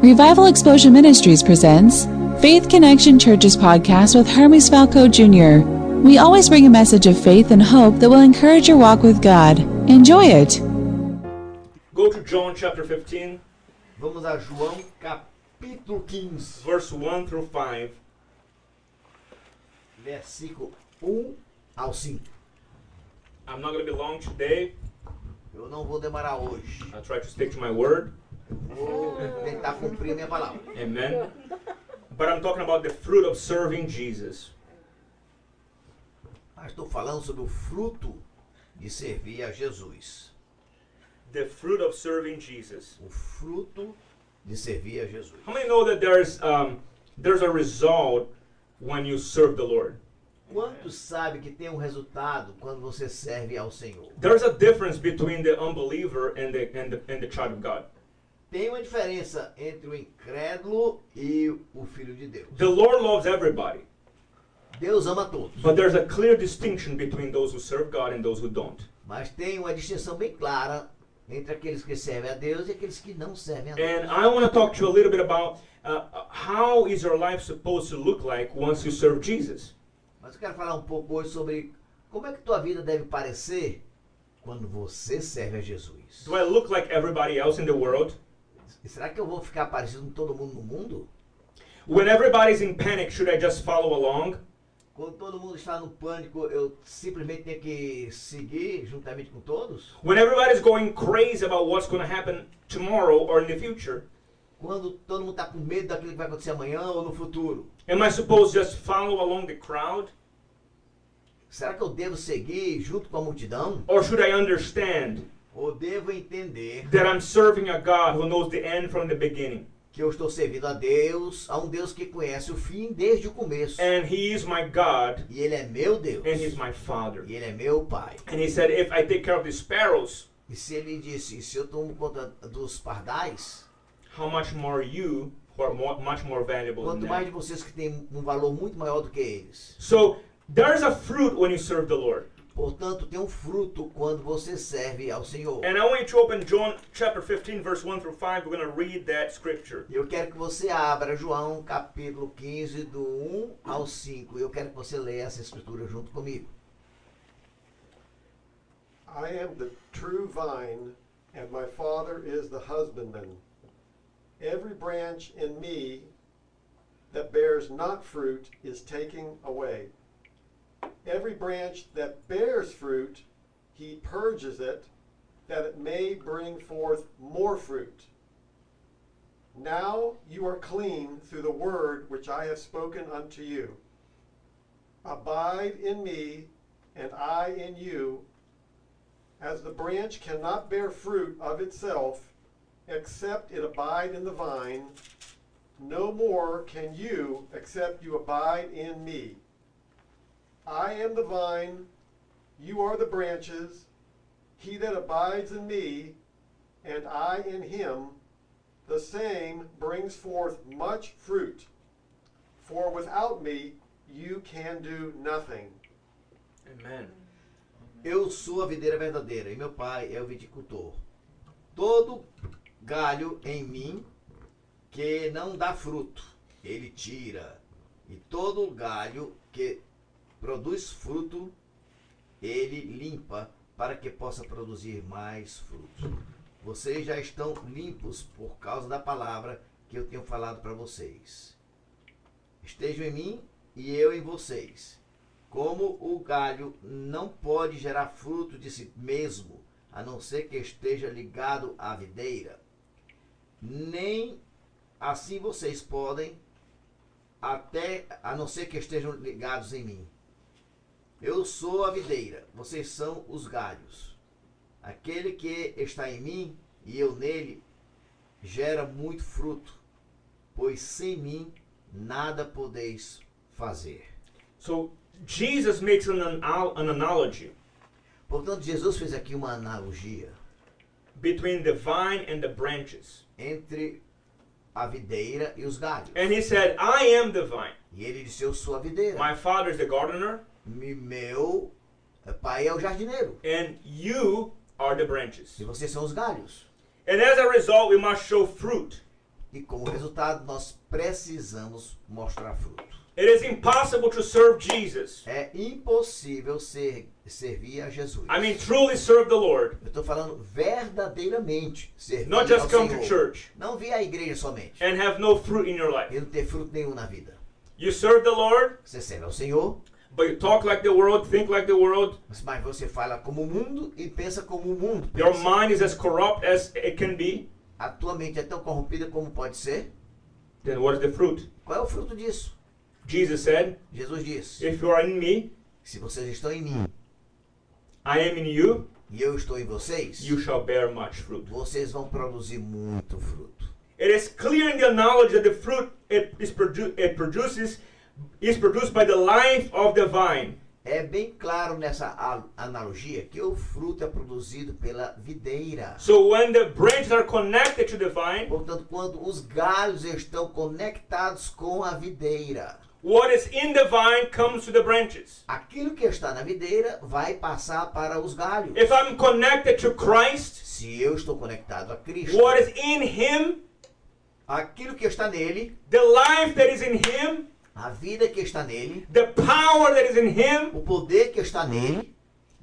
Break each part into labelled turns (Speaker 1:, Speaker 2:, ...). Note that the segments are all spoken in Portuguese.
Speaker 1: Revival Explosion Ministries presents Faith Connection Church's podcast with Hermes Falco Jr. We always bring a message of faith and hope that will encourage your walk with God. Enjoy it.
Speaker 2: Go to John chapter 15,
Speaker 3: Vamos a João capítulo 15,
Speaker 2: verse 1 through 5.
Speaker 3: versículo 1 ao 5.
Speaker 2: I'm not going to be long today.
Speaker 3: Eu não vou demorar hoje.
Speaker 2: I try to stick to my word.
Speaker 3: Vou tentar cumprir minha palavra.
Speaker 2: Amen. But I'm talking about the fruit of serving Jesus.
Speaker 3: Mas estou falando sobre o fruto de servir a Jesus.
Speaker 2: The fruit of serving Jesus.
Speaker 3: O fruto de servir a Jesus.
Speaker 2: How many know that there's um, there's a result when you serve the Lord?
Speaker 3: Quantos sabe que tem um resultado quando você serve ao Senhor?
Speaker 2: There's a difference between the unbeliever and the and the, and the child of God.
Speaker 3: Tem uma diferença entre o incrédulo e o filho de Deus.
Speaker 2: The Lord loves everybody,
Speaker 3: Deus ama todos,
Speaker 2: but there's a clear distinction between those who serve God and those who don't.
Speaker 3: mas tem uma distinção bem clara entre aqueles que servem a Deus e aqueles que não servem a Deus.
Speaker 2: And I want to talk to you a little bit about uh, how is your life supposed to look like once you serve Jesus.
Speaker 3: Mas eu quero falar um pouco hoje sobre como é que tua vida deve parecer quando você serve a Jesus.
Speaker 2: Do I look like everybody else in the world?
Speaker 3: E será que eu vou ficar parecido com todo mundo no mundo?
Speaker 2: When everybody's in panic, should I just follow along?
Speaker 3: Quando todo mundo está no pânico, eu simplesmente tenho que seguir juntamente com todos?
Speaker 2: When everybody's going crazy about what's going to happen tomorrow or in the future,
Speaker 3: Quando todo mundo está com medo daquilo que vai acontecer amanhã ou no futuro?
Speaker 2: am I supposed to just follow along the crowd?
Speaker 3: Será que eu devo seguir junto com a multidão?
Speaker 2: Or should I understand
Speaker 3: Ou devo entender
Speaker 2: that I'm serving a God who knows the end from the beginning?
Speaker 3: que eu estou servindo a Deus, a um Deus que conhece o fim desde o começo?
Speaker 2: And He is my God,
Speaker 3: E Ele é meu Deus.
Speaker 2: and He's my Father.
Speaker 3: E Ele é meu Pai.
Speaker 2: And He said, If I take care of the sparrows,
Speaker 3: E se ele disse, se eu tomo conta dos pardais,
Speaker 2: how much more you who are more, much more valuable than
Speaker 3: quanto mais de
Speaker 2: them.
Speaker 3: vocês que têm um valor muito maior do que eles.
Speaker 2: So there's a fruit when you serve the Lord.
Speaker 3: Portanto, tem um fruto quando você serve ao Senhor.
Speaker 2: And I want you to open John chapter 15, verse 1 through 5. We're going to read that scripture.
Speaker 3: E Eu quero que você abra João capítulo 15, do 1 ao 5. Eu quero que você leia essa escritura junto comigo.
Speaker 4: I am the true vine, and my Father is the husbandman. Every branch in me that bears not fruit is taken away. Every branch that bears fruit, he purges it, that it may bring forth more fruit. Now you are clean through the word which I have spoken unto you. Abide in me, and I in you, as the branch cannot bear fruit of itself, except it abide in the vine, no more can you, except you abide in me. I am the vine, you are the branches. He that abides in me, and I in him, the same brings forth much fruit. For without me, you can do nothing.
Speaker 2: Amen.
Speaker 3: Eu sou a videira verdadeira e meu pai é o viticultor. Todo galho em mim que não dá fruto, ele tira. E todo galho que produz fruto, ele limpa para que possa produzir mais fruto. Vocês já estão limpos por causa da palavra que eu tenho falado para vocês. Estejam em mim e eu em vocês. Como o galho não pode gerar fruto de si mesmo, a não ser que esteja ligado à videira, nem assim vocês podem, até a não ser que estejam ligados em mim. Eu sou a videira, vocês são os galhos. Aquele que está em mim e eu nele gera muito fruto, pois sem mim nada podeis fazer.
Speaker 2: So Jesus makes an, an, an analogy
Speaker 3: Portanto, Jesus fez aqui uma analogia
Speaker 2: between the vine and the branches.
Speaker 3: entre a videira e os galhos.
Speaker 2: And He said, I am the vine.
Speaker 3: E ele disse: Eu sou a videira.
Speaker 2: My Father is the gardener,
Speaker 3: Me- Meu pai é o jardineiro.
Speaker 2: and you are the branches.
Speaker 3: E vocês são os galhos.
Speaker 2: And as a result, we must show fruit.
Speaker 3: e como resultado nós precisamos mostrar fruto.
Speaker 2: It is impossible to serve Jesus.
Speaker 3: É impossível ser, servir a Jesus.
Speaker 2: I mean, truly serve the Lord,
Speaker 3: Eu estou falando verdadeiramente servir
Speaker 2: not
Speaker 3: ao
Speaker 2: just come to
Speaker 3: Senhor.
Speaker 2: church É-
Speaker 3: Não vir à igreja somente
Speaker 2: and have no fruit in your life.
Speaker 3: e não ter fruto nenhum na vida.
Speaker 2: You serve the Lord,
Speaker 3: Você serve ao Senhor,
Speaker 2: but you talk like the world, think like the world.
Speaker 3: mas você fala como o mundo e pensa como o mundo.
Speaker 2: Your
Speaker 3: pensa.
Speaker 2: mind is as corrupt as it can be.
Speaker 3: A tua mente é tão corrompida como pode ser.
Speaker 2: Then what is the fruit?
Speaker 3: Qual é o fruto disso?
Speaker 2: Jesus said,
Speaker 3: Jesus disse:
Speaker 2: If you are in me,
Speaker 3: Se vocês estão em mim
Speaker 2: I am in you,
Speaker 3: e eu estou em vocês,
Speaker 2: you shall bear much fruit.
Speaker 3: vocês vão produzir muito fruto.
Speaker 2: It is clear in the knowledge that the fruit it, is produ- it produces is produced by the life of the vine.
Speaker 3: É bem claro nessa a- analogia que o fruto é produzido pela videira.
Speaker 2: So when the branches are connected to the vine,
Speaker 3: Portanto, quando os galhos estão conectados com a videira,
Speaker 2: what is in the vine comes to the branches.
Speaker 3: aquilo que está na videira vai passar para os galhos.
Speaker 2: If I'm connected to Christ,
Speaker 3: Se eu estou conectado a Cristo,
Speaker 2: what is in him,
Speaker 3: aquilo que está nele,
Speaker 2: the life that is in him,
Speaker 3: a vida que está nele,
Speaker 2: the power that is in him,
Speaker 3: o poder que está nele,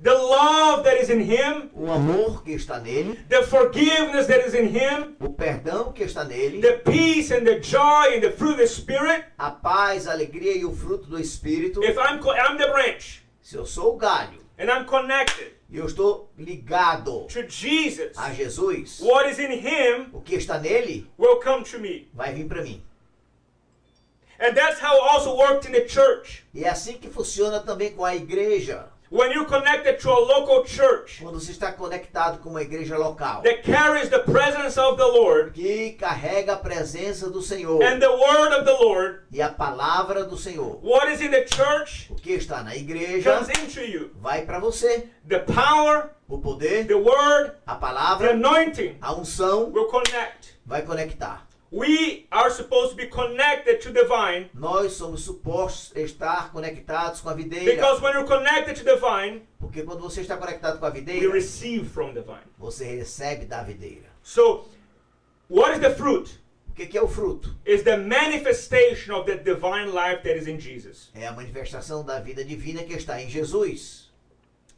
Speaker 2: the love that is in him,
Speaker 3: o amor que está nele,
Speaker 2: the forgiveness that is in him,
Speaker 3: o perdão que está nele,
Speaker 2: the peace and the joy and the fruit of the spirit.
Speaker 3: a paz, a alegria e o fruto do Espírito.
Speaker 2: If I'm co- I'm the branch
Speaker 3: Se eu sou o galho
Speaker 2: and I'm connected
Speaker 3: e eu estou ligado
Speaker 2: to Jesus,
Speaker 3: a Jesus,
Speaker 2: what is in him
Speaker 3: o que está nele
Speaker 2: will come to me.
Speaker 3: vai vir para mim.
Speaker 2: And that's how it also worked in the church.
Speaker 3: E é assim que funciona também com a igreja.
Speaker 2: When you're connected to a local church
Speaker 3: Quando você está conectado com uma igreja local
Speaker 2: that carries the presence of the Lord
Speaker 3: que carrega a presença do Senhor
Speaker 2: and the word of the Lord,
Speaker 3: e a palavra do Senhor,
Speaker 2: what is in the church
Speaker 3: o que está na igreja
Speaker 2: comes into you.
Speaker 3: vai para você.
Speaker 2: The power,
Speaker 3: O poder,
Speaker 2: the word,
Speaker 3: a
Speaker 2: the
Speaker 3: palavra,
Speaker 2: anointing
Speaker 3: a unção
Speaker 2: will connect.
Speaker 3: vai conectar.
Speaker 2: We are supposed to be connected to the vine
Speaker 3: Nós somos supostos estar conectados com a videira,
Speaker 2: because when you're connected to the vine,
Speaker 3: porque quando você está conectado com a
Speaker 2: we
Speaker 3: videira,
Speaker 2: receive from the vine.
Speaker 3: você recebe da videira.
Speaker 2: So, what is the fruit?
Speaker 3: O que que é o fruto?
Speaker 2: Is the manifestation of that divine life that is in Jesus.
Speaker 3: É a manifestação da vida divina que está em Jesus.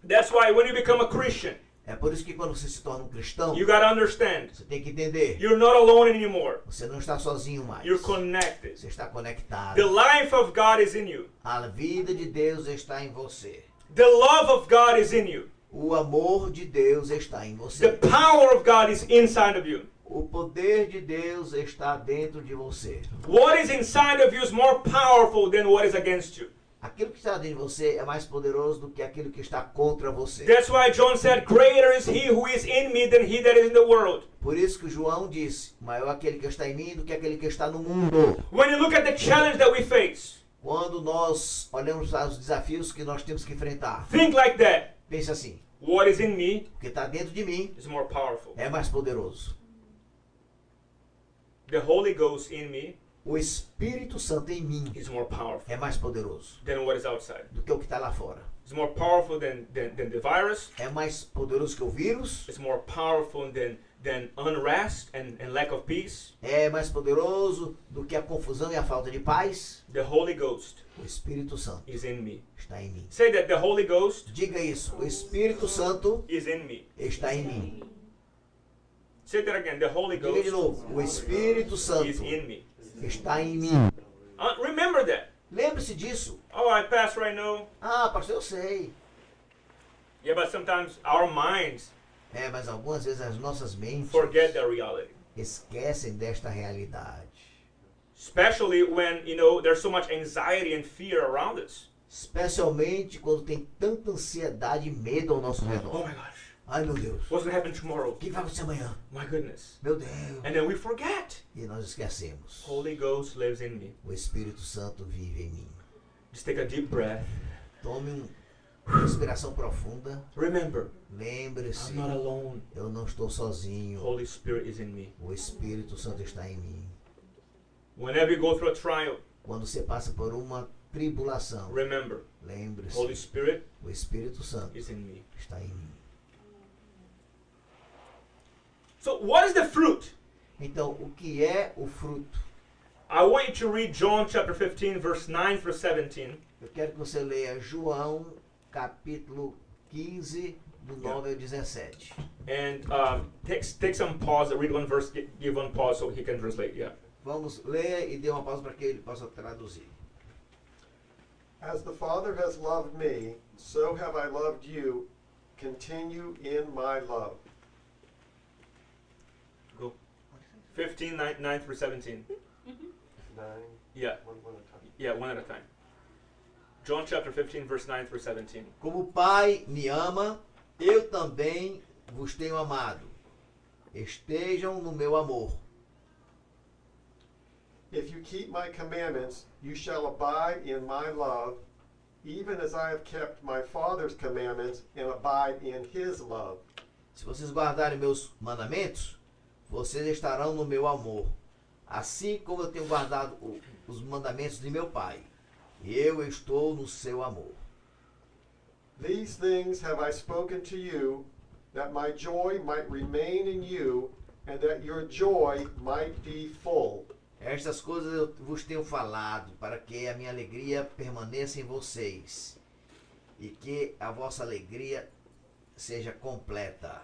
Speaker 2: That's why when you become a Christian,
Speaker 3: É por isso que quando você se torna um cristão,
Speaker 2: you gotta understand
Speaker 3: você tem que entender,
Speaker 2: you're not alone anymore.
Speaker 3: você não está sozinho mais.
Speaker 2: You're connected.
Speaker 3: Você está conectado.
Speaker 2: The life of God is in you.
Speaker 3: A vida de Deus está em você.
Speaker 2: The love of God is in you.
Speaker 3: O amor de Deus está em
Speaker 2: The
Speaker 3: você.
Speaker 2: power of God is inside of you.
Speaker 3: O poder de Deus está dentro de você.
Speaker 2: What is inside of you is more powerful than what is against you.
Speaker 3: Aquilo que está dentro de você é mais poderoso do que aquilo que está contra você.
Speaker 2: That's why John said, Greater is he who is in me than he that is in the world.
Speaker 3: Por isso que João disse: maior é aquele que está em mim do que aquele que está no mundo.
Speaker 2: When you look at the challenge that we face,
Speaker 3: Quando nós olhamos para os desafios que nós temos que enfrentar,
Speaker 2: think like that.
Speaker 3: pense assim:
Speaker 2: What is in me
Speaker 3: o que está dentro de mim
Speaker 2: is more powerful.
Speaker 3: é mais poderoso.
Speaker 2: The Holy Ghost in me
Speaker 3: O Espírito Santo em mim
Speaker 2: is more powerful
Speaker 3: é mais poderoso
Speaker 2: than what is outside.
Speaker 3: do que o que está lá fora.
Speaker 2: It's more powerful than, than, than the virus.
Speaker 3: É mais poderoso que o vírus,
Speaker 2: It's more powerful than, than unrest and, and lack of peace.
Speaker 3: é mais poderoso do que a confusão e a falta de paz.
Speaker 2: The Holy Ghost
Speaker 3: O Espírito Santo
Speaker 2: is in me.
Speaker 3: está em mim.
Speaker 2: Say that the Holy Ghost
Speaker 3: Diga isso: o Espírito Santo
Speaker 2: is in me.
Speaker 3: está em mim.
Speaker 2: Say that again. The Holy
Speaker 3: Diga
Speaker 2: Ghost
Speaker 3: de novo: o Espírito
Speaker 2: is
Speaker 3: Santo
Speaker 2: in me.
Speaker 3: está em mim.
Speaker 2: Uh, remember that.
Speaker 3: Lembre-se disso.
Speaker 2: Oh, I pass right now.
Speaker 3: Ah, pastor, eu sei.
Speaker 2: Yeah, but sometimes our minds
Speaker 3: É, mas algumas vezes as nossas mentes
Speaker 2: forget that reality.
Speaker 3: esquecem desta realidade.
Speaker 2: Especially when, you know, there's so much anxiety and fear around us.
Speaker 3: Especialmente quando tem tanta ansiedade e medo ao nosso
Speaker 2: Oh
Speaker 3: redor.
Speaker 2: my gosh.
Speaker 3: Ai, meu Deus.
Speaker 2: What's gonna happen tomorrow?
Speaker 3: O que vai acontecer amanhã?
Speaker 2: My goodness.
Speaker 3: Meu Deus.
Speaker 2: And then we forget.
Speaker 3: E nós esquecemos.
Speaker 2: Holy Ghost lives in me.
Speaker 3: O Espírito Santo vive em mim.
Speaker 2: Just take a deep breath.
Speaker 3: Tome uma respiração profunda.
Speaker 2: Remember,
Speaker 3: Lembre-se,
Speaker 2: I'm not alone.
Speaker 3: eu não estou sozinho.
Speaker 2: Holy Spirit is in me.
Speaker 3: O Espírito Santo está em mim.
Speaker 2: Whenever you go through a trial,
Speaker 3: Quando você passa por uma tribulação,
Speaker 2: remember, Holy
Speaker 3: lembre-se,
Speaker 2: Spirit
Speaker 3: o Espírito Santo
Speaker 2: is in me.
Speaker 3: está em mim.
Speaker 2: So, what is the fruit?
Speaker 3: Então, o que é o fruto?
Speaker 2: I want you to read John chapter 15, verse 9 through 17.
Speaker 3: Eu quero que você leia João, capítulo 15, do 9 ao 17.
Speaker 2: And uh, take, take some pause, read one verse, gi- give one pause so he can translate. Yeah.
Speaker 3: Vamos, leia e dê uma pausa para que ele possa traduzir.
Speaker 4: As the Father has loved me, so have I loved you. Continue in my love.
Speaker 2: 15, 9, 9 through 17.
Speaker 4: Nine,
Speaker 2: Yeah,
Speaker 4: one, one at a time.
Speaker 2: yeah, one at a time. John chapter 15, verse 9 through 17.
Speaker 3: Como o Pai me ama, eu também vos tenho amado. Estejam no meu amor.
Speaker 4: If you keep my commandments, you shall abide in my love, even as I have kept my Father's commandments and abide in his love.
Speaker 3: Se vocês guardarem meus mandamentos, vocês estarão no meu amor, assim como eu tenho guardado o- os mandamentos de meu Pai. E eu estou no seu amor.
Speaker 4: These things have I spoken to you, that my joy might remain in you, and that your joy might be full.
Speaker 3: Estas coisas eu vos tenho falado, para que a minha alegria permaneça em vocês, e que a vossa alegria seja completa.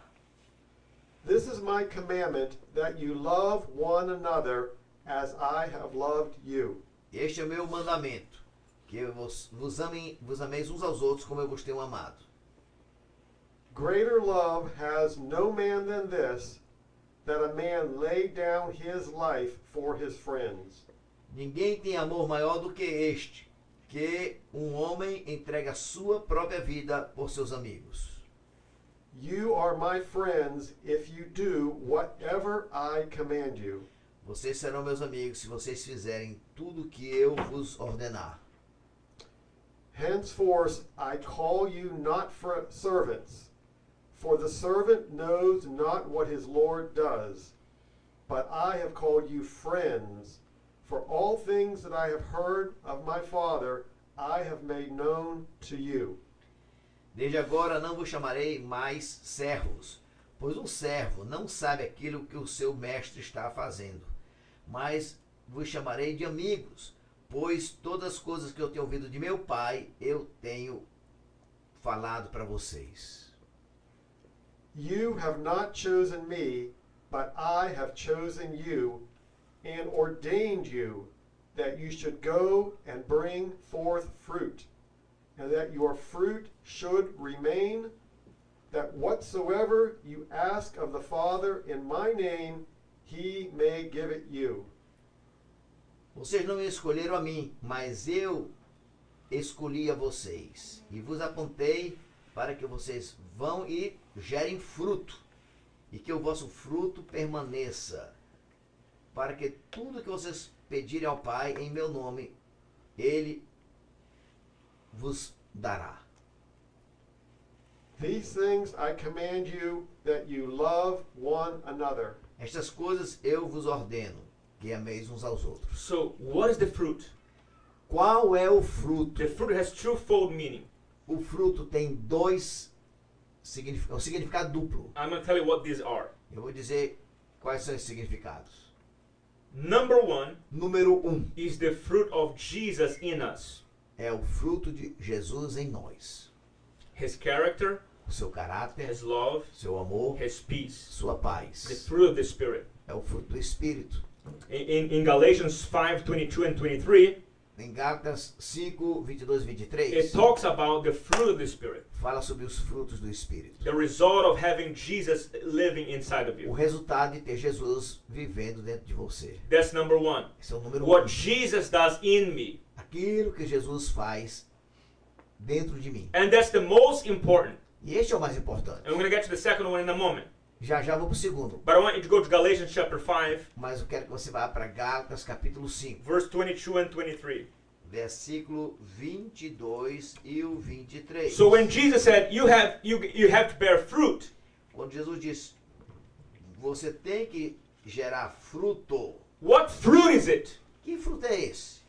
Speaker 4: This is my commandment, that you love one another as I have loved you.
Speaker 3: Este é o meu mandamento, que eu vos, vos, amem, vos ameis uns aos outros como eu vos tenho amado.
Speaker 4: Greater love has no man than this, that a man lay down his life for his friends.
Speaker 3: Ninguém tem amor maior do que este, que um homem entrega a sua própria vida por seus amigos.
Speaker 4: You are my friends if you do whatever I command you.
Speaker 3: Vocês serão meus amigos se vocês fizerem tudo o que eu vos ordenar.
Speaker 4: Henceforth I call you not fr- servants, for the servant knows not what his Lord does. But I have called you friends, for all things that I have heard of my Father I have made known to you.
Speaker 3: Desde agora não vos chamarei mais servos, pois um servo não sabe aquilo que o seu mestre está fazendo. Mas vos chamarei de amigos, pois todas as coisas que eu tenho ouvido de meu pai, eu tenho falado para vocês.
Speaker 4: You have not chosen me, but I have chosen you and ordained you that you should go and bring forth fruit, and that your fruit should remain, that whatsoever you ask of the Father in my name, he may give it you.
Speaker 3: Vocês não escolheram a mim, mas eu escolhi a vocês e vos apontei para que vocês vão e gerem fruto e que o vosso fruto permaneça, para que tudo que vocês pedirem ao Pai em meu nome, ele vos dará.
Speaker 4: These things I command you that you love one another.
Speaker 3: Estas coisas eu vos ordeno, que ameis uns aos outros.
Speaker 2: So, what is the fruit?
Speaker 3: Qual é o fruto?
Speaker 2: The fruit has twofold meaning.
Speaker 3: O fruto tem dois significados, um significado duplo.
Speaker 2: I'm going to tell you what these are.
Speaker 3: Eu vou dizer quais são os significados.
Speaker 2: Number one
Speaker 3: Número um
Speaker 2: is the fruit of Jesus in us
Speaker 3: é o fruto de Jesus em nós.
Speaker 2: his character,
Speaker 3: O seu caráter,
Speaker 2: his love,
Speaker 3: seu amor,
Speaker 2: his peace.
Speaker 3: sua
Speaker 2: The
Speaker 3: paz.
Speaker 2: fruit of the Spirit.
Speaker 3: É o fruto do Espírito.
Speaker 2: In, in, in Galatians 5 22 and 23,
Speaker 3: Em Gálatas 5, 22 e
Speaker 2: it
Speaker 3: 23,
Speaker 2: talks about the fruit of the Spirit,
Speaker 3: fala sobre os frutos do Espírito.
Speaker 2: the result of having Jesus living inside of
Speaker 3: O
Speaker 2: you.
Speaker 3: resultado de ter Jesus vivendo dentro de você.
Speaker 2: That's number one.
Speaker 3: Esse é o número um.
Speaker 2: What Jesus does in me.
Speaker 3: Aquilo que Jesus faz dentro de mim.
Speaker 2: And that's the most important.
Speaker 3: E este é o mais importante.
Speaker 2: And we're going to get to the second one in a moment.
Speaker 3: Já já vou para o segundo.
Speaker 2: But I want you to go to Galatians chapter 5,
Speaker 3: Mas eu quero que você vá para Gálatas capítulo 5.
Speaker 2: verse 22 and 23.
Speaker 3: versículo 22 e o 23.
Speaker 2: So when Jesus said, "You have you you have to bear fruit,"
Speaker 3: Quando Jesus diz, você tem que gerar fruto.
Speaker 2: what fruit is it?
Speaker 3: Que fruto é esse?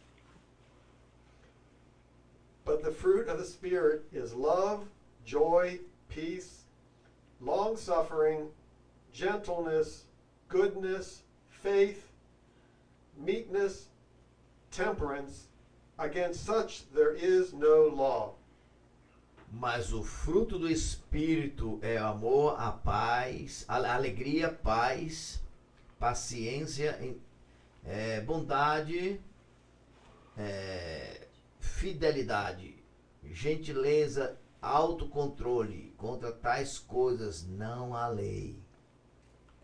Speaker 4: But the fruit of the Spirit is love, joy, peace, long suffering, gentleness, goodness, faith, meekness, temperance. Against such there is no law.
Speaker 3: Mas o fruto do Espírito é o amor, a paz, a a alegria, paz, paciência, em- eh, bondade, eh, fidelidade, gentileza, autocontrole. Contra tais coisas não há lei.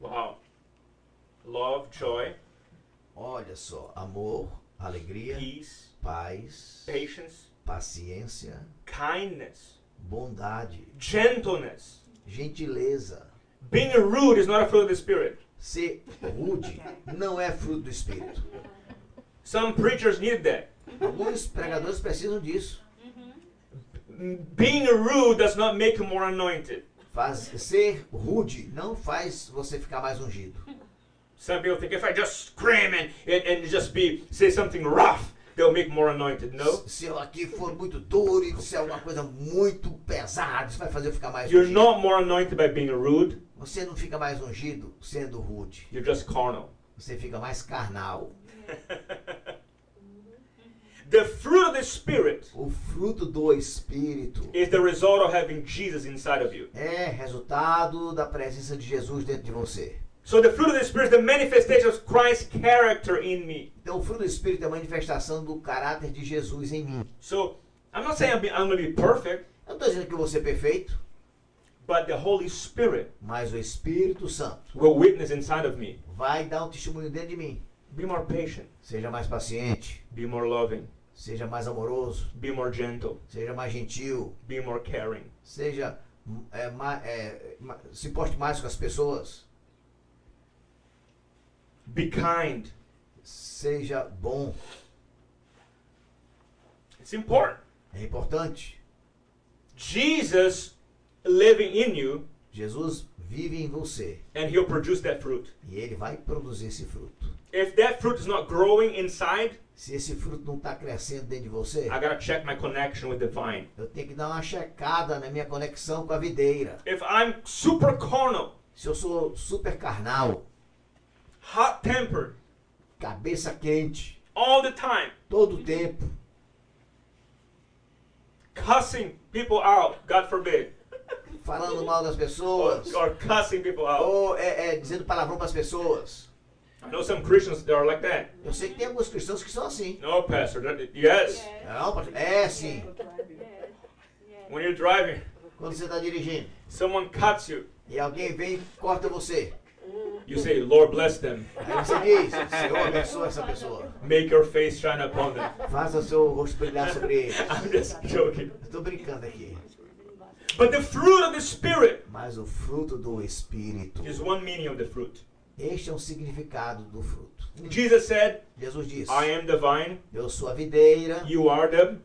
Speaker 2: Wow. Love, joy,
Speaker 3: Olha só, amor, alegria,
Speaker 2: peace,
Speaker 3: paz,
Speaker 2: patience,
Speaker 3: paciência,
Speaker 2: kindness,
Speaker 3: bondade,
Speaker 2: gentleness.
Speaker 3: gentileza.
Speaker 2: Being rude is not a fruit of the spirit.
Speaker 3: Ser rude não é fruto do Espírito.
Speaker 2: Some preachers need that.
Speaker 3: Alguns pregadores precisam disso.
Speaker 2: Being rude does not make you more anointed.
Speaker 3: Faz, ser rude não faz você ficar mais ungido.
Speaker 2: Some people think if I just scream and, and, and just be say something rough, they'll make more anointed. No.
Speaker 3: Se eu aqui for muito duro e disser alguma coisa muito pesada, isso vai fazer eu ficar mais
Speaker 2: You're
Speaker 3: ungido.
Speaker 2: not more anointed by being rude,
Speaker 3: Você não fica mais ungido sendo rude.
Speaker 2: you're just carnal.
Speaker 3: Você fica mais carnal.
Speaker 2: The fruit of the spirit
Speaker 3: O fruto do Espírito
Speaker 2: is the result of having Jesus inside of you.
Speaker 3: é resultado da presença de Jesus dentro de você.
Speaker 2: So the fruit of the spirit is the manifestation of Christ's character in me.
Speaker 3: Então, o fruto do Espírito é a manifestação do caráter de Jesus em mim.
Speaker 2: So I'm not saying I'm, be, I'm going to be perfect,
Speaker 3: Eu não estou dizendo que eu vou ser perfeito,
Speaker 2: but the Holy Spirit
Speaker 3: mas o Espírito Santo
Speaker 2: will witness inside of me.
Speaker 3: vai dar um testemunho dentro de mim.
Speaker 2: Be more patient,
Speaker 3: Seja mais paciente,
Speaker 2: be more loving,
Speaker 3: seja mais amoroso,
Speaker 2: be more gentle,
Speaker 3: seja mais gentil,
Speaker 2: be more caring.
Speaker 3: seja é, ma- é, ma- se porte mais com as pessoas,
Speaker 2: Be kind.
Speaker 3: seja bom.
Speaker 2: It's important.
Speaker 3: É importante.
Speaker 2: Jesus living in you,
Speaker 3: Jesus vive em você
Speaker 2: and he'll produce that fruit.
Speaker 3: e ele vai produzir esse fruto.
Speaker 2: If that fruit is not growing inside,
Speaker 3: Se esse fruto não está crescendo dentro de você,
Speaker 2: I gotta check my connection with the vine.
Speaker 3: eu tenho que dar uma checada na minha conexão com a videira.
Speaker 2: If I'm super carnal,
Speaker 3: Se eu sou super carnal,
Speaker 2: hot tempered,
Speaker 3: cabeça quente,
Speaker 2: all the time,
Speaker 3: todo o tempo,
Speaker 2: cussing people out, God forbid,
Speaker 3: falando mal das
Speaker 2: or,
Speaker 3: pessoas,
Speaker 2: or cussing people out.
Speaker 3: ou é, é, dizendo palavrão para as pessoas.
Speaker 2: I know some Christians that are like that.
Speaker 3: Eu sei que tem alguns cristãos que são assim.
Speaker 2: No, Pastor, that, yes.
Speaker 3: Não, pastor? é sim.
Speaker 2: When you're driving,
Speaker 3: Quando você está dirigindo
Speaker 2: someone cuts you,
Speaker 3: e alguém vem e corta você,
Speaker 2: you say, Lord bless them,
Speaker 3: aí você diz: Senhor, abençoa essa pessoa.
Speaker 2: make your face shine upon them.
Speaker 3: Faça seu rosto brilhar sobre eles.
Speaker 2: I'm just joking.
Speaker 3: Estou brincando aqui.
Speaker 2: But the fruit of the Spirit
Speaker 3: Mas o fruto do Espírito.
Speaker 2: is one meaning of the fruit.
Speaker 3: Este é o significado do fruto.
Speaker 2: Jesus said,
Speaker 3: Jesus disse:
Speaker 2: I am the vine,
Speaker 3: Eu sou a videira,
Speaker 2: you are the.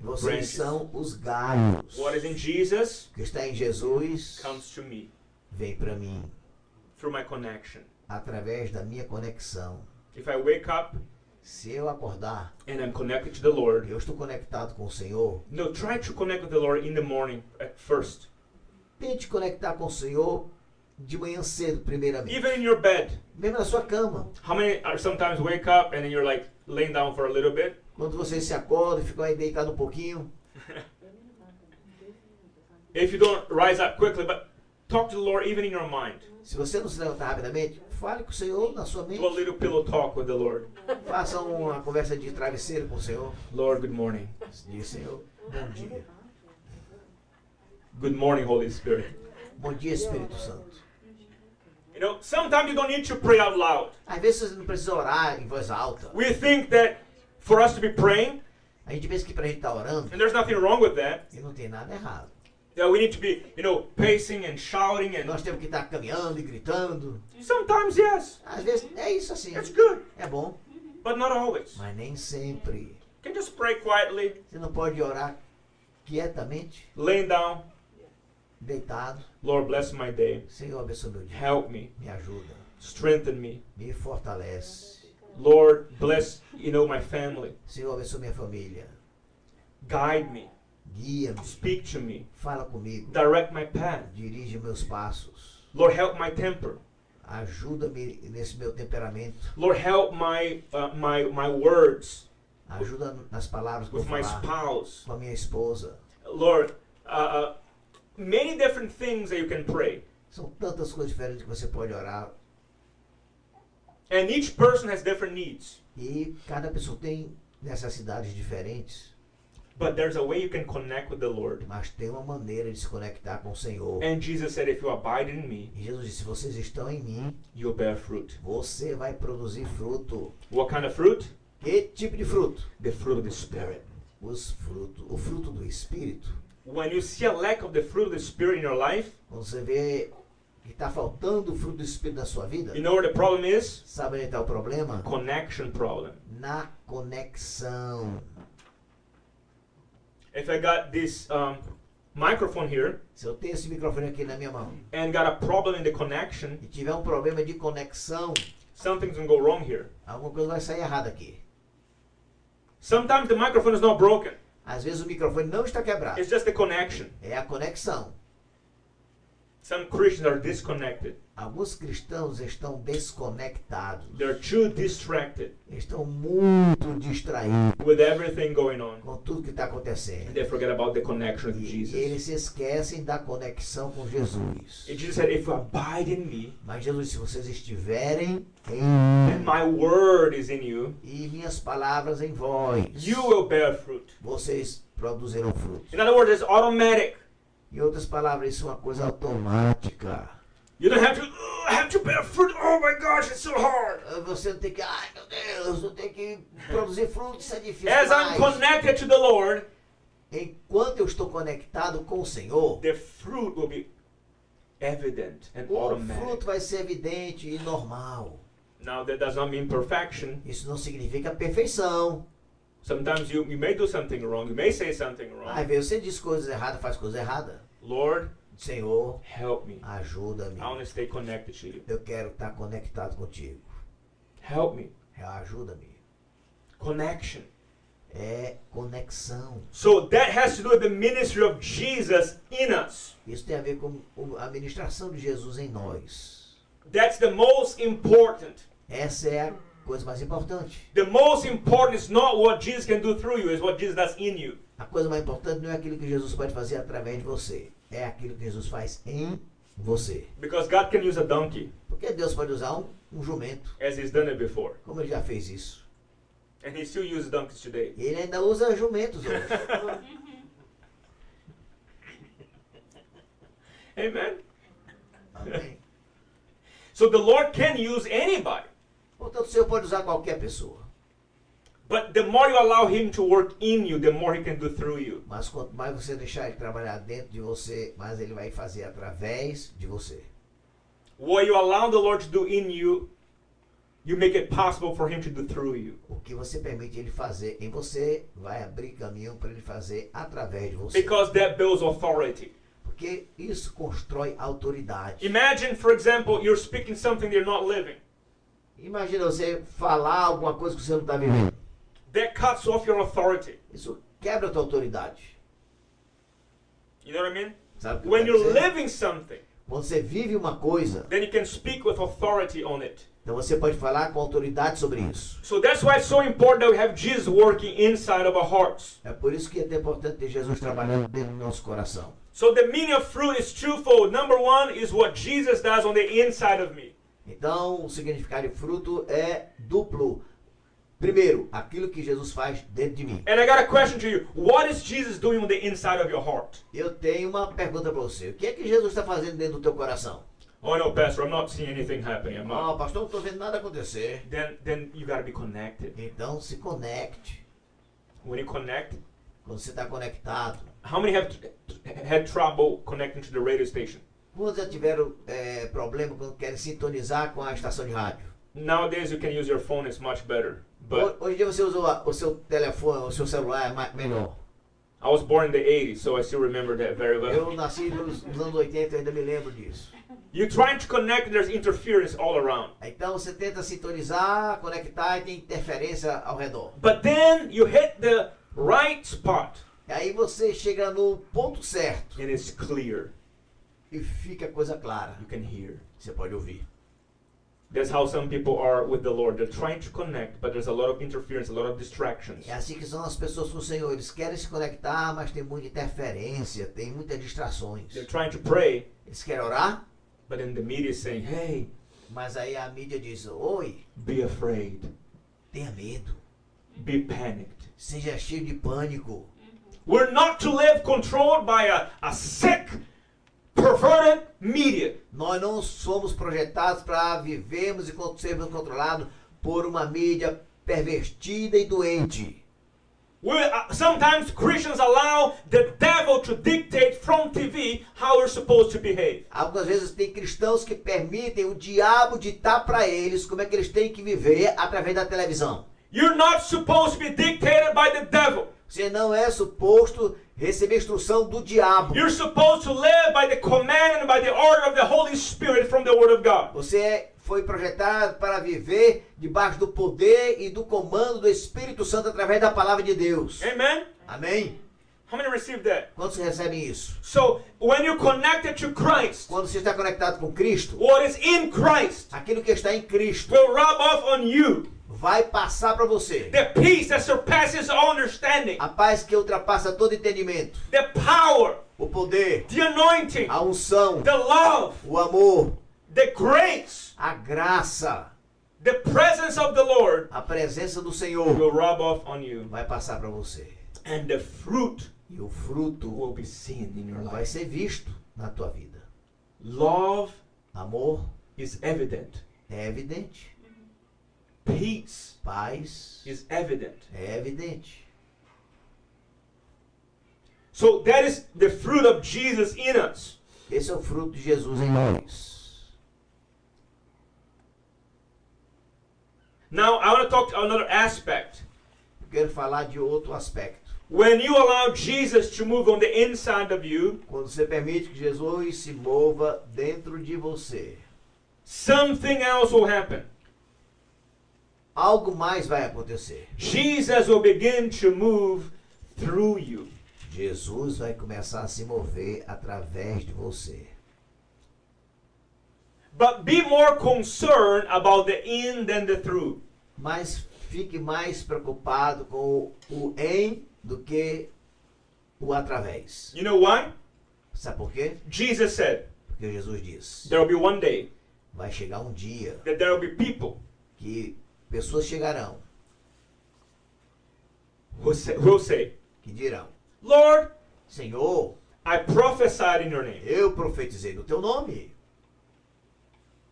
Speaker 3: vocês são os galhos.
Speaker 2: What is in Jesus
Speaker 3: O que está em Jesus
Speaker 2: comes to me
Speaker 3: vem para mim
Speaker 2: through my connection.
Speaker 3: através da minha conexão.
Speaker 2: If I wake up
Speaker 3: Se eu acordar,
Speaker 2: and I'm connected to the Lord,
Speaker 3: eu estou conectado com o Senhor.
Speaker 2: no, try to connect with the Lord in the morning at first,
Speaker 3: Tente conectar com o Senhor de manhã cedo, primeiramente.
Speaker 2: even in your bed.
Speaker 3: Mesmo na sua cama.
Speaker 2: How many are sometimes wake up and then you're like laying down for a little bit?
Speaker 3: Quando você se acorda, fica aí deitado um pouquinho.
Speaker 2: If you don't rise up quickly, but talk to the Lord even in your mind.
Speaker 3: Se você não se levantar rapidamente, fale com o Senhor na sua
Speaker 2: Do a
Speaker 3: mente.
Speaker 2: little pillow talk with the Lord.
Speaker 3: Faça uma conversa de travesseiro com o Senhor.
Speaker 2: Lord, good morning.
Speaker 3: Diz, Senhor, bom dia.
Speaker 2: Good morning, Holy Spirit.
Speaker 3: Bom dia, Espírito Santo.
Speaker 2: You know, sometimes you don't need to pray out loud.
Speaker 3: Às vezes você não precisa orar em voz alta.
Speaker 2: We think that for us to be praying,
Speaker 3: A gente pensa que pra gente estar orando,
Speaker 2: and there's nothing wrong with that,
Speaker 3: e não tem nada errado.
Speaker 2: that we need to be, you know, pacing and shouting and
Speaker 3: Nós temos que estar caminhando e gritando.
Speaker 2: sometimes yes,
Speaker 3: Às vezes é isso assim.
Speaker 2: it's good,
Speaker 3: É bom,
Speaker 2: but not always. You
Speaker 3: mas nem sempre.
Speaker 2: can just pray quietly,
Speaker 3: Você não pode orar quietamente,
Speaker 2: laying down.
Speaker 3: deitado.
Speaker 2: Lord, bless my day.
Speaker 3: Senhor, abençoe meu dia.
Speaker 2: Help me.
Speaker 3: Me ajuda.
Speaker 2: Strengthen me.
Speaker 3: Me fortalece.
Speaker 2: Lord, bless, you know, my family.
Speaker 3: Senhor, abençoe minha família.
Speaker 2: Guide me.
Speaker 3: Guia-me.
Speaker 2: Speak to me.
Speaker 3: Fala comigo.
Speaker 2: Direct my path.
Speaker 3: Dirige meus passos.
Speaker 2: Lord, help my temper.
Speaker 3: Ajuda-me nesse meu temperamento.
Speaker 2: Lord, help my, uh, my, my words
Speaker 3: Ajuda nas palavras que eu
Speaker 2: with my
Speaker 3: falar.
Speaker 2: spouse.
Speaker 3: Com a minha esposa.
Speaker 2: Lord, uh, uh, many different things that you can pray.
Speaker 3: São tantas coisas diferentes que você pode orar.
Speaker 2: And each person has different needs.
Speaker 3: E cada pessoa tem necessidades diferentes.
Speaker 2: But there's a way you can connect with the Lord.
Speaker 3: Mas tem uma maneira de se conectar com o Senhor.
Speaker 2: And Jesus said, if you abide in me,
Speaker 3: E Jesus disse: Vocês estão em mim.
Speaker 2: you'll bear fruit.
Speaker 3: Você vai produzir fruto.
Speaker 2: What kind of fruit?
Speaker 3: Que tipo de fruto?
Speaker 2: The fruit of the Spirit.
Speaker 3: Os frutos. O fruto do Espírito.
Speaker 2: When you see a lack of the fruit of the Spirit in your life,
Speaker 3: Quando você vê que está faltando o fruto do Espírito na sua vida,
Speaker 2: you know where the problem is?
Speaker 3: sabe onde está o problema?
Speaker 2: Connection problem.
Speaker 3: Na conexão.
Speaker 2: If I got this um, microphone here
Speaker 3: Se eu tenho esse microfone aqui na minha mão
Speaker 2: and got a problem in the connection,
Speaker 3: e tiver um problema de conexão,
Speaker 2: something's gonna go wrong here.
Speaker 3: alguma coisa vai sair errada aqui.
Speaker 2: Sometimes the microphone is not broken,
Speaker 3: Às vezes o microfone não está quebrado,
Speaker 2: it's just the connection.
Speaker 3: é a conexão.
Speaker 2: Some Christians are disconnected,
Speaker 3: Alguns cristãos estão desconectados,
Speaker 2: they're too distracted
Speaker 3: estão muito distraídos
Speaker 2: with everything going on.
Speaker 3: com tudo que está
Speaker 2: And
Speaker 3: acontecendo.
Speaker 2: they forget about the connection with
Speaker 3: E, e
Speaker 2: Jesus.
Speaker 3: eles se esquecem da conexão com Jesus.
Speaker 2: And Jesus said, If you abide in me
Speaker 3: Mas Jesus, se vocês estiverem em
Speaker 2: and my word is in you,
Speaker 3: e minhas palavras em vós,
Speaker 2: you will bear fruit.
Speaker 3: vocês produzirão fruto.
Speaker 2: In other words, it's automatic.
Speaker 3: Em outras palavras, isso é uma coisa automática.
Speaker 2: You don't have to "Ugh, I have to bear fruit. Oh my gosh, it's so hard.
Speaker 3: Você não tem que, ai meu Deus, eu tenho que produzir fruto, isso é difícil.
Speaker 2: As I'm
Speaker 3: demais."
Speaker 2: connected to the Lord,
Speaker 3: Enquanto eu estou conectado com o Senhor,
Speaker 2: the fruit will be evident and
Speaker 3: o
Speaker 2: automatic.
Speaker 3: fruto vai ser evidente e normal.
Speaker 2: Now that does not mean perfection.
Speaker 3: Isso não significa perfeição.
Speaker 2: Sometimes you, you may do something wrong, you may say something
Speaker 3: Às
Speaker 2: wrong.
Speaker 3: vezes você diz coisas erradas, faz coisas erradas.
Speaker 2: Lord,
Speaker 3: Senhor,
Speaker 2: help me.
Speaker 3: ajuda-me.
Speaker 2: I want to stay connected to you.
Speaker 3: Eu quero estar conectado contigo.
Speaker 2: Help me.
Speaker 3: Ajuda-me.
Speaker 2: Connection.
Speaker 3: É conexão.
Speaker 2: So that has to do with the ministry of Jesus in us.
Speaker 3: Isso tem a ver com o- a ministração de Jesus em nós.
Speaker 2: That's the most important.
Speaker 3: Essa é a coisa mais importante.
Speaker 2: The most important is not what Jesus can do through you, it's what Jesus does in you.
Speaker 3: A coisa mais importante não é aquilo que Jesus pode fazer através de você, é aquilo que Jesus faz em você.
Speaker 2: Because God can use a donkey,
Speaker 3: Porque Deus pode usar um, um jumento,
Speaker 2: as He's done it before.
Speaker 3: como ele já fez isso.
Speaker 2: And He still uses donkeys today.
Speaker 3: E ele ainda usa jumentos hoje.
Speaker 2: Amen.
Speaker 3: Amém?
Speaker 2: So the Lord can use anybody.
Speaker 3: Portanto, o Senhor pode usar qualquer pessoa.
Speaker 2: But the more you allow Him to work in you, the more He can do through you.
Speaker 3: Mas quanto mais você deixar ele trabalhar dentro de você, mais ele vai fazer através de você.
Speaker 2: What you allow the Lord to do in you, you make it possible for Him to do through you.
Speaker 3: O que você permite ele fazer em você, vai abrir caminho para ele fazer através de você.
Speaker 2: Because that builds authority.
Speaker 3: Porque isso constrói autoridade.
Speaker 2: Imagine, for example, you're speaking something you're not living.
Speaker 3: Imagina você falar alguma coisa que você não está vivendo.
Speaker 2: That cuts off your authority.
Speaker 3: Isso quebra a tua autoridade.
Speaker 2: You know what I mean?
Speaker 3: Sabe o que eu
Speaker 2: When
Speaker 3: quero
Speaker 2: you're
Speaker 3: dizer?
Speaker 2: living something,
Speaker 3: Quando você vive uma coisa,
Speaker 2: then you can speak with authority on it.
Speaker 3: então você pode falar com autoridade sobre isso.
Speaker 2: So that's why it's so important that we have Jesus working inside of our hearts.
Speaker 3: É por isso que é tão importante ter Jesus trabalhando dentro do nosso coração.
Speaker 2: So the meaning of fruit is twofold. Number one is what Jesus does on the inside of me.
Speaker 3: Então, o significado de fruto é duplo. Primeiro, aquilo que Jesus faz dentro de mim.
Speaker 2: And I got a question to you. What is Jesus doing on the inside of your heart?
Speaker 3: Eu tenho uma pergunta para você. O que é que Jesus está fazendo dentro do teu coração?
Speaker 2: Oh no, Pastor, I'm not seeing anything happening. I'm
Speaker 3: Ah,
Speaker 2: not.
Speaker 3: pastor, não estou vendo nada acontecer.
Speaker 2: Then then you gotta be connected.
Speaker 3: Então, se conecte.
Speaker 2: When you connect,
Speaker 3: Quando você está conectado.
Speaker 2: how many have had trouble connecting to the radio station?
Speaker 3: Quando já tiveram é, problema, quando querem sintonizar com a estação de rádio.
Speaker 2: Nowadays you can use your phone, it's much better. But
Speaker 3: Ho- Hoje em dia você usou a- o seu telefone, o seu celular é ma- melhor.
Speaker 2: I was born in the 80s, so I still remember that very well.
Speaker 3: Eu nasci nos nos anos 80, eu ainda me lembro disso.
Speaker 2: You're trying to connect, there's interference all around.
Speaker 3: Então você tenta sintonizar, conectar e tem interferência ao redor.
Speaker 2: But then you hit the right spot
Speaker 3: E aí você chega no ponto certo
Speaker 2: and it's clear.
Speaker 3: e fica a coisa clara.
Speaker 2: You can hear.
Speaker 3: Você pode ouvir.
Speaker 2: That's how some people are with the Lord. They're trying to connect, but there's a lot of interference, a lot of distractions.
Speaker 3: É assim que são as pessoas com o Senhor. Eles querem se conectar, mas tem muita interferência, tem muitas distrações.
Speaker 2: They're trying to pray,
Speaker 3: Eles querem orar,
Speaker 2: but then the media is saying, hey,
Speaker 3: mas aí a mídia diz: Oi,
Speaker 2: be afraid,
Speaker 3: tenha medo,
Speaker 2: be panicked.
Speaker 3: seja cheio de pânico.
Speaker 2: We're not to live controlled by a, a sick, perverted media.
Speaker 3: Nós não somos projetados para vivermos e con- sermos controlados por uma mídia pervertida e doente.
Speaker 2: We, uh, sometimes Christians allow the devil to dictate from TV how we're supposed to behave.
Speaker 3: Algumas vezes tem cristãos que permitem o diabo ditar para eles como é que eles têm que viver através da televisão.
Speaker 2: You're not supposed to be dictated by the devil.
Speaker 3: Você não é suposto receber instrução do diabo.
Speaker 2: You're supposed to live by the command and by the order of the Holy Spirit from the Word of God.
Speaker 3: Você é- foi projetado para viver debaixo do poder e do comando do Espírito Santo através da palavra de Deus.
Speaker 2: Amen?
Speaker 3: Amém?
Speaker 2: How many received that?
Speaker 3: Quantos recebem isso?
Speaker 2: So, when you're connected to Christ,
Speaker 3: Quando você está conectado com Cristo,
Speaker 2: what is in Christ
Speaker 3: aquilo que está em Cristo
Speaker 2: will rub off on you.
Speaker 3: vai passar para você.
Speaker 2: The peace that surpasses all understanding,
Speaker 3: A paz que ultrapassa todo entendimento,
Speaker 2: the power,
Speaker 3: o poder,
Speaker 2: the anointing,
Speaker 3: a unção,
Speaker 2: the love,
Speaker 3: o amor,
Speaker 2: the grace,
Speaker 3: a graça,
Speaker 2: the presence of the Lord
Speaker 3: a presença do Senhor
Speaker 2: will rub off on you.
Speaker 3: vai passar para você.
Speaker 2: And the fruit
Speaker 3: E o fruto
Speaker 2: will be seen in your
Speaker 3: vai
Speaker 2: life.
Speaker 3: ser visto na tua vida.
Speaker 2: Love
Speaker 3: Amor
Speaker 2: is evident,
Speaker 3: é evidente,
Speaker 2: peace
Speaker 3: paz
Speaker 2: is evident.
Speaker 3: é evidente.
Speaker 2: So that is the fruit of Jesus in us.
Speaker 3: Esse é o fruto de Jesus em nós.
Speaker 2: Now I want to talk to another aspect.
Speaker 3: Eu Quero falar de outro aspecto.
Speaker 2: When you allow Jesus to move on the inside of you,
Speaker 3: Quando você permite que Jesus se mova dentro de você,
Speaker 2: something else will happen.
Speaker 3: algo mais vai acontecer.
Speaker 2: Jesus will begin to move through you.
Speaker 3: Jesus vai começar a se mover através de você.
Speaker 2: But be more concerned about the in than the through.
Speaker 3: Mas fique mais preocupado com o em do que o através.
Speaker 2: You know why?
Speaker 3: Sabe por quê?
Speaker 2: Jesus said,
Speaker 3: Porque Jesus diz:
Speaker 2: There will be one day
Speaker 3: vai chegar um dia
Speaker 2: that there will be people
Speaker 3: que pessoas chegarão
Speaker 2: who say, will say,
Speaker 3: que dirão:
Speaker 2: Lord,
Speaker 3: Senhor,
Speaker 2: I prophesied in your name.
Speaker 3: eu profetizei no teu nome.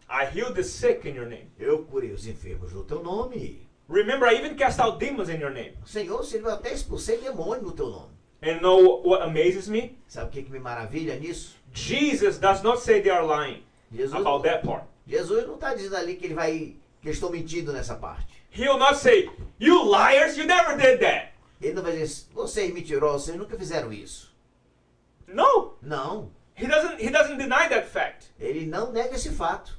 Speaker 2: I healed the sick in your name.
Speaker 3: Eu curei os enfermos no teu nome.
Speaker 2: Remember, I even cast out demons in your name.
Speaker 3: Senhor, Senhor, eu até expulsei demônio no teu nome.
Speaker 2: And know what amazes me?
Speaker 3: Sabe o que, que me maravilha nisso?
Speaker 2: Jesus does not say they are lying
Speaker 3: Jesus,
Speaker 2: about that part.
Speaker 3: Jesus não está dizendo ali que ele vai. que eles estão mentindo nessa parte.
Speaker 2: He will not say, You liars, you never did that.
Speaker 3: Ele não vai dizer, vocês mentirosos, vocês nunca fizeram isso.
Speaker 2: No,
Speaker 3: Não.
Speaker 2: he doesn't. He doesn't deny that fact.
Speaker 3: Ele não nega esse fato.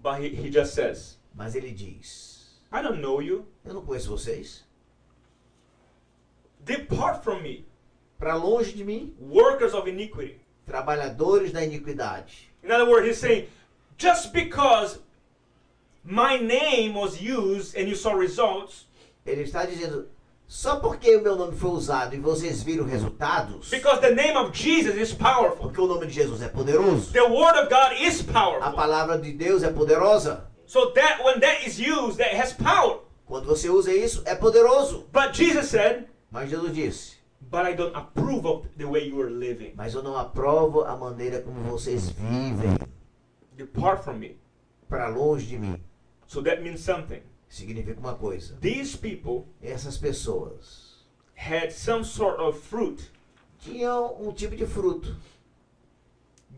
Speaker 2: But he, he just says,
Speaker 3: Mas ele diz,
Speaker 2: I don't know you.
Speaker 3: eu não conheço vocês.
Speaker 2: Depart from me,
Speaker 3: Para longe de mim,
Speaker 2: workers of iniquity.
Speaker 3: trabalhadores da iniquidade.
Speaker 2: In other words, he's saying, just because my name was used and you saw results,
Speaker 3: Ele está dizendo, só porque o meu nome foi usado e vocês viram resultados,
Speaker 2: because the name of Jesus is powerful.
Speaker 3: porque o nome de Jesus é poderoso.
Speaker 2: The word of God is
Speaker 3: A
Speaker 2: powerful.
Speaker 3: palavra de Deus é poderosa.
Speaker 2: So that when that is used, that has power.
Speaker 3: Quando você usa isso, é poderoso.
Speaker 2: But Jesus said,
Speaker 3: Mas Jesus disse:
Speaker 2: But I don't approve of the way you are living.
Speaker 3: Mas eu não aprovo a maneira como vocês vivem.
Speaker 2: Depart from me.
Speaker 3: Para longe de mim.
Speaker 2: So that means something.
Speaker 3: Significa uma coisa:
Speaker 2: These people
Speaker 3: essas pessoas
Speaker 2: had some sort of fruit.
Speaker 3: tinham um tipo de fruto.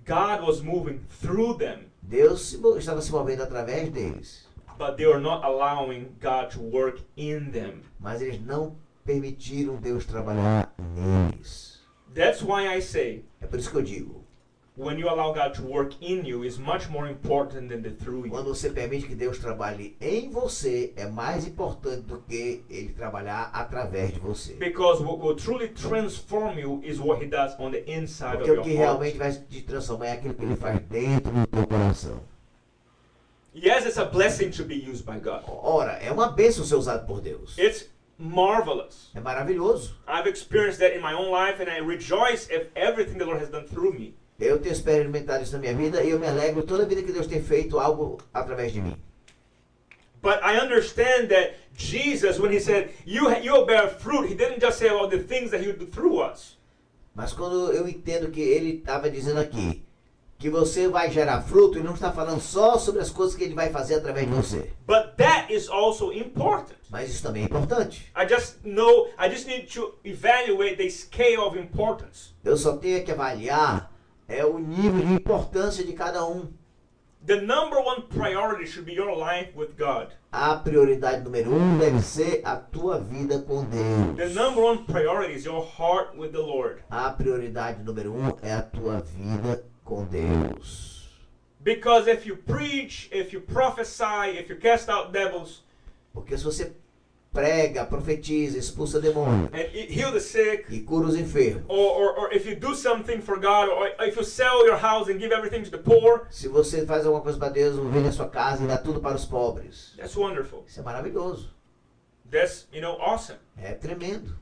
Speaker 2: God was moving through them,
Speaker 3: Deus se mo- estava se movendo através deles.
Speaker 2: but they were not allowing God to work in them.
Speaker 3: Mas eles não permitiram Deus trabalhar neles.
Speaker 2: That's why I say
Speaker 3: É por isso que eu digo:
Speaker 2: when you allow God to work in you is much more important than the through you.
Speaker 3: quando você permite que Deus trabalhe em você, é mais importante do que ele trabalhar através de você.
Speaker 2: Because what will truly transform you is what he does on the inside of
Speaker 3: Porque o que
Speaker 2: your
Speaker 3: realmente
Speaker 2: heart.
Speaker 3: vai te transformar é aquilo que ele faz dentro do teu coração.
Speaker 2: Yes, it's a blessing to be used by God.
Speaker 3: Ora, é uma bênção ser usado por Deus.
Speaker 2: It's marvelous.
Speaker 3: É maravilhoso.
Speaker 2: I've experienced that in my own life, and I rejoice at everything the Lord has done through me.
Speaker 3: Eu tenho experimentado isso na minha vida e eu me alegro toda vida que Deus tem feito algo através de mim.
Speaker 2: But I understand that Jesus, when he said, you, you'll bear fruit, he didn't just say about the things that he would do through us.
Speaker 3: Mas quando eu entendo que ele estava dizendo aqui que você vai gerar fruto, ele não está falando só sobre as coisas que ele vai fazer através de você.
Speaker 2: But that is also important.
Speaker 3: Mas isso também é importante.
Speaker 2: I just know, I just need to evaluate the scale of importance.
Speaker 3: Eu só tenho que avaliar é o nível de importância de cada um.
Speaker 2: The number one priority should be your life with God.
Speaker 3: A prioridade número um deve ser a tua vida com
Speaker 2: The
Speaker 3: Deus.
Speaker 2: number one priority is your heart with the Lord.
Speaker 3: A prioridade número um é a tua vida com Deus.
Speaker 2: Because if you preach, if you prophesy, if you cast out devils,
Speaker 3: Porque se você prega, profetiza, expulsa demônio
Speaker 2: and e- heal the sick,
Speaker 3: e cura os enfermos,
Speaker 2: or, or, or if you do something for God, or if you sell your house and give everything to the poor,
Speaker 3: se você faz alguma coisa para Deus, vende a sua casa e dá tudo para os pobres,
Speaker 2: that's wonderful.
Speaker 3: isso é maravilhoso.
Speaker 2: That's, you know, awesome.
Speaker 3: É tremendo.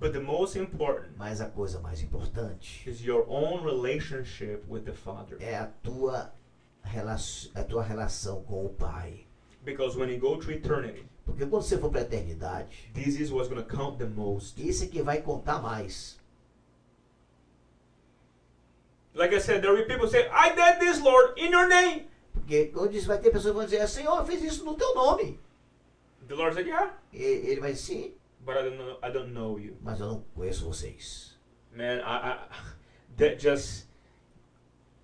Speaker 2: But the most important
Speaker 3: Mas a coisa mais importante
Speaker 2: is your own relationship with the Father.
Speaker 3: é a tua, relação, a tua relação com o Pai.
Speaker 2: Because when you go to eternity,
Speaker 3: Porque quando você for para a eternidade,
Speaker 2: this is what's going to count the most.
Speaker 3: isso é que vai contar mais.
Speaker 2: Like I said, there will be people say, I did this, Lord, in your name.
Speaker 3: Porque quando isso vai ter pessoas que vão dizer, Senhor, eu fiz isso no teu nome.
Speaker 2: The Lord said, Yeah,
Speaker 3: E ele vai dizer, sim,
Speaker 2: but I don't know, I don't know you.
Speaker 3: mas eu não conheço vocês.
Speaker 2: Man, I, I that just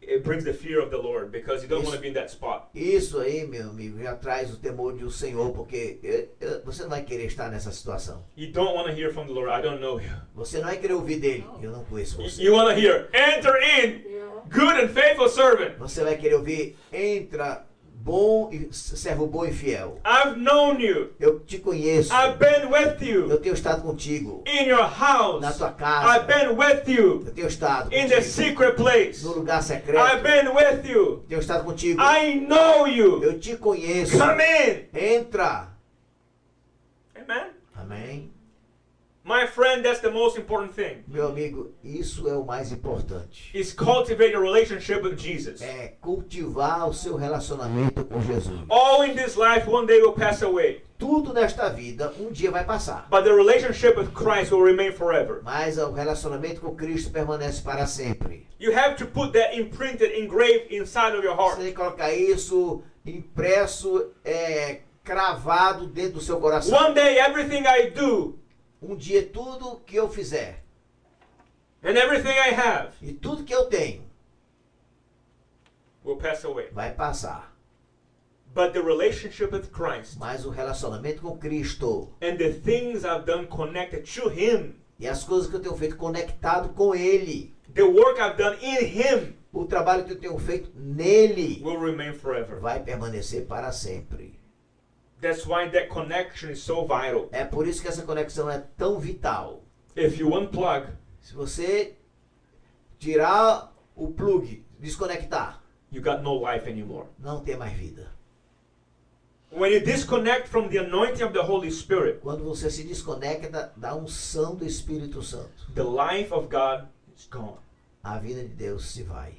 Speaker 2: it brings the fear of the Lord because you don't
Speaker 3: Yes.
Speaker 2: want to be in that spot.
Speaker 3: Isso aí, meu amigo, já traz o temor do Senhor, porque eh, eh, você não vai querer estar nessa situação.
Speaker 2: You don't want to hear from the Lord. I don't know you.
Speaker 3: Você não vai querer ouvir dele. Eu não conheço
Speaker 2: You-
Speaker 3: você.
Speaker 2: You want to hear, enter in, good and faithful servant.
Speaker 3: Você vai querer ouvir, entra, bom e servo bom e fiel.
Speaker 2: I've known you.
Speaker 3: Eu te conheço.
Speaker 2: I've been with you
Speaker 3: Eu tenho estado contigo
Speaker 2: in your
Speaker 3: na
Speaker 2: house.
Speaker 3: tua
Speaker 2: I've
Speaker 3: casa.
Speaker 2: been with you
Speaker 3: Eu tenho estado
Speaker 2: in the
Speaker 3: contigo
Speaker 2: secret place.
Speaker 3: no lugar
Speaker 2: I've
Speaker 3: secreto.
Speaker 2: been with you.
Speaker 3: Eu tenho estado contigo.
Speaker 2: I know you.
Speaker 3: Eu te conheço.
Speaker 2: Come in.
Speaker 3: Entra.
Speaker 2: Amen.
Speaker 3: Amém.
Speaker 2: My friend, that's the most important thing.
Speaker 3: Meu amigo, isso é o mais importante.
Speaker 2: Is cultivate your relationship with Jesus.
Speaker 3: É cultivar o seu relacionamento com Jesus.
Speaker 2: All in this life one day will pass away,
Speaker 3: Tudo nesta vida um dia vai passar,
Speaker 2: but the relationship with Christ will remain forever.
Speaker 3: mas o relacionamento com Cristo permanece para sempre.
Speaker 2: You have to put that imprinted, engraved inside of your
Speaker 3: Você
Speaker 2: heart.
Speaker 3: tem que colocar isso impresso, é, cravado dentro do seu coração.
Speaker 2: One day everything I do
Speaker 3: Um dia tudo que eu fizer
Speaker 2: and everything I have
Speaker 3: e tudo que eu tenho
Speaker 2: will pass away.
Speaker 3: vai passar,
Speaker 2: But the relationship with Christ
Speaker 3: mas o relacionamento com Cristo
Speaker 2: and the things I've done connected to Him,
Speaker 3: e as coisas que eu tenho feito conectado com Ele,
Speaker 2: the work I've done in Him,
Speaker 3: o trabalho que eu tenho feito nele
Speaker 2: will remain forever.
Speaker 3: vai permanecer para sempre.
Speaker 2: That's why that connection is so vital.
Speaker 3: É por isso que essa conexão é tão vital.
Speaker 2: If you unplug,
Speaker 3: Se você tirar o plug, desconectar,
Speaker 2: you got no life anymore.
Speaker 3: não tem mais vida.
Speaker 2: When you disconnect from the anointing of the Holy Spirit,
Speaker 3: Quando você se desconecta da unção do Espírito Santo,
Speaker 2: the life of God is gone.
Speaker 3: a vida de Deus se vai.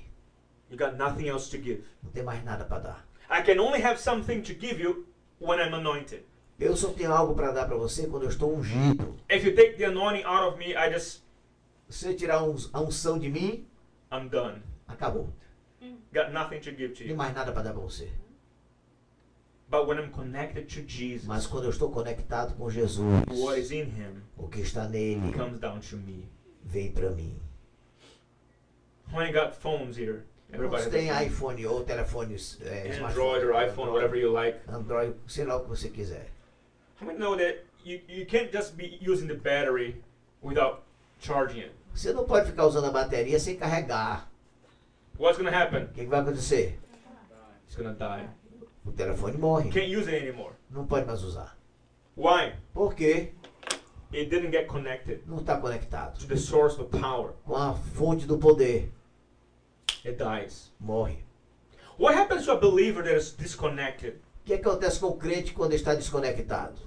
Speaker 2: You got nothing else to give.
Speaker 3: Não tem mais nada para dar.
Speaker 2: I can only have something to give you when I'm anointed.
Speaker 3: Eu só tenho algo para dar para você quando eu estou ungido.
Speaker 2: If you take the anointing out of me, I just,
Speaker 3: Se eu tirar uns- a unção de mim,
Speaker 2: I'm done.
Speaker 3: acabou.
Speaker 2: Got nothing to give to
Speaker 3: Não tem
Speaker 2: you.
Speaker 3: mais nada para dar para você.
Speaker 2: But when I'm connected to Jesus,
Speaker 3: Mas quando eu estou conectado com Jesus,
Speaker 2: what is in him
Speaker 3: o que está nele
Speaker 2: comes down to me.
Speaker 3: vem para mim.
Speaker 2: When I got phones here, everybody has
Speaker 3: Você
Speaker 2: a
Speaker 3: tem
Speaker 2: phone.
Speaker 3: iPhone ou telefones é,
Speaker 2: Android or iPhone, whatever you like.
Speaker 3: Android, sei lá o que você quiser.
Speaker 2: How many know that you, you can't just be using the battery without charging it?
Speaker 3: Você não pode ficar usando a bateria sem carregar.
Speaker 2: What's gonna happen?
Speaker 3: O que, que vai acontecer?
Speaker 2: It's gonna die.
Speaker 3: O telefone morre.
Speaker 2: You can't use it anymore.
Speaker 3: Não pode mais usar.
Speaker 2: Why?
Speaker 3: Porque
Speaker 2: It didn't get connected
Speaker 3: não está conectado.
Speaker 2: to the source of power.
Speaker 3: Com a fonte do poder,
Speaker 2: It dies.
Speaker 3: morre.
Speaker 2: What happens to a believer that is disconnected?
Speaker 3: O que acontece com o crente quando está desconectado?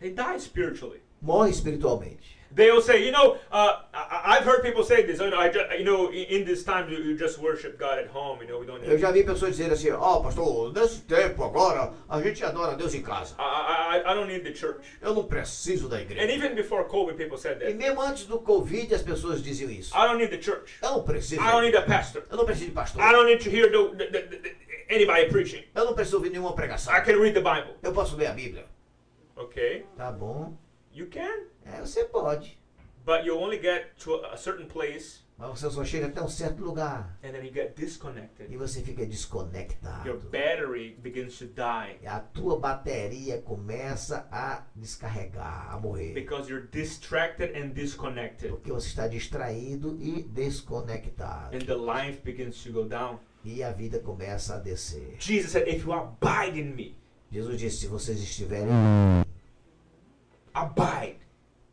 Speaker 2: They die spiritually.
Speaker 3: Morre espiritualmente.
Speaker 2: They'll say, you know, uh, I- I- I've heard people say this. You know, I ju- you know in, in this time you, you just worship God at home. You know, we don't.
Speaker 3: Eu
Speaker 2: Need
Speaker 3: já vi pessoas dizerem assim: Ó, pastor, nesse tempo agora a gente adora a Deus em casa.
Speaker 2: I, I, I- I don't need the church.
Speaker 3: Eu não preciso da
Speaker 2: And
Speaker 3: igreja.
Speaker 2: even before COVID, people said
Speaker 3: E
Speaker 2: that.
Speaker 3: mesmo antes do Covid as pessoas diziam isso.
Speaker 2: I don't need the church.
Speaker 3: Eu não preciso.
Speaker 2: I
Speaker 3: da
Speaker 2: don't need
Speaker 3: igreja.
Speaker 2: a pastor.
Speaker 3: Eu não preciso de pastor.
Speaker 2: I don't need to hear the, the, the, the, anybody preaching.
Speaker 3: Eu não preciso ouvir nenhuma pregação.
Speaker 2: I can read the Bible.
Speaker 3: Eu posso ler a Bíblia.
Speaker 2: Okay,
Speaker 3: Tá bom.
Speaker 2: you can,
Speaker 3: É, você pode.
Speaker 2: but you only get to a, a certain place,
Speaker 3: Mas você só chega até um certo lugar.
Speaker 2: and then you get
Speaker 3: E
Speaker 2: disconnected.
Speaker 3: você fica
Speaker 2: Your
Speaker 3: desconectado.
Speaker 2: battery begins to die
Speaker 3: E a tua bateria começa a descarregar, a morrer.
Speaker 2: because you're distracted and disconnected,
Speaker 3: Porque você está distraído e desconectado.
Speaker 2: and the life begins to go down.
Speaker 3: E a vida começa a descer.
Speaker 2: Jesus said, "If you abide in me,
Speaker 3: Jesus disse: se vocês estiverem,
Speaker 2: abide."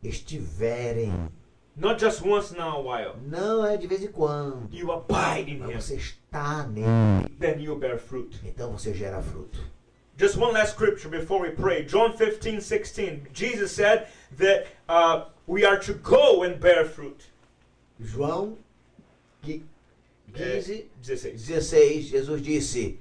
Speaker 3: estiverem,
Speaker 2: Not just once now a while.
Speaker 3: não é de vez em quando,
Speaker 2: You abide in
Speaker 3: mas
Speaker 2: him,
Speaker 3: você está nele.
Speaker 2: then you bear fruit.
Speaker 3: Então você gera fruto.
Speaker 2: Just one last scripture before we pray. John 15, 16. Jesus said that uh, we are to go and bear fruit.
Speaker 3: João que-
Speaker 2: Eh,
Speaker 3: 15,
Speaker 2: 16.
Speaker 3: 16, Jesus disse: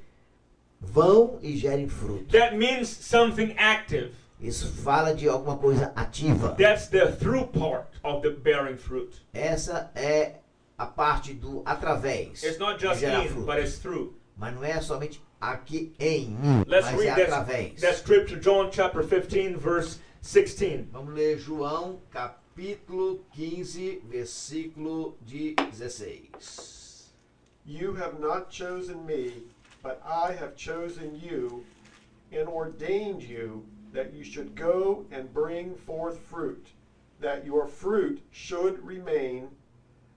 Speaker 3: vão e gerem fruto.
Speaker 2: That means something active.
Speaker 3: Isso fala de alguma coisa ativa.
Speaker 2: That's the through part of the bearing fruit.
Speaker 3: Essa é a parte do através.
Speaker 2: It's not
Speaker 3: de
Speaker 2: just
Speaker 3: gerar
Speaker 2: in,
Speaker 3: fruto.
Speaker 2: but it's through.
Speaker 3: Mas não é somente aqui em,
Speaker 2: Let's
Speaker 3: mas é
Speaker 2: read that,
Speaker 3: através.
Speaker 2: that scripture, John chapter 15, verse 16.
Speaker 3: Vamos ler João capítulo 15, versículo de 16.
Speaker 4: You have not chosen me, but I have chosen you and ordained you that you should go and bring forth fruit, that your fruit should remain,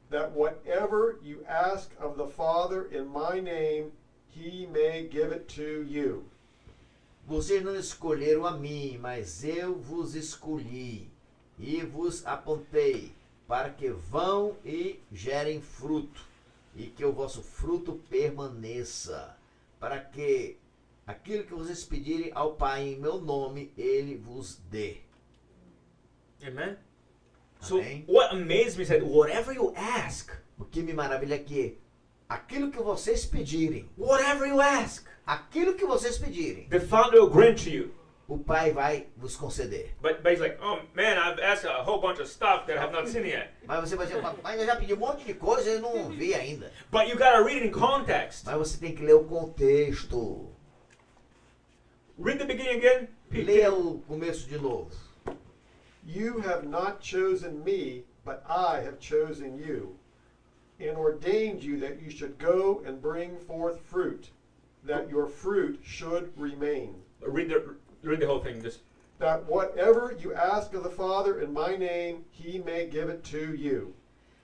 Speaker 4: that whatever you ask of the Father in my name, he may give it to you.
Speaker 3: Vocês não escolheram a mim, mas eu vos escolhi e vos apontei para que vão e gerem fruto, e que o vosso fruto permaneça, para que aquilo que vocês pedirem ao Pai em meu nome, ele vos dê.
Speaker 2: Amen. So
Speaker 3: Amém.
Speaker 2: what amazed me is that whatever you ask,
Speaker 3: O que me maravilha é que aquilo que vocês pedirem,
Speaker 2: whatever you ask,
Speaker 3: aquilo que vocês pedirem,
Speaker 2: the Father will grant to you.
Speaker 3: o Pai vai vos conceder.
Speaker 2: But, but he's like, oh man, I've asked a whole bunch of stuff that I have not seen yet.
Speaker 3: Mas você vai dizer, mas eu já pedi um monte de coisa e não vi ainda.
Speaker 2: But you gotta read it in context.
Speaker 3: Mas você tem que ler o contexto.
Speaker 2: Read the beginning again.
Speaker 3: Leia o começo de novo.
Speaker 4: You have not chosen me, but I have chosen you, and ordained you that you should go and bring forth fruit, that your fruit should remain.
Speaker 2: Read the read the whole thing. Just
Speaker 4: That whatever you ask of the Father in my name, he may give it to you.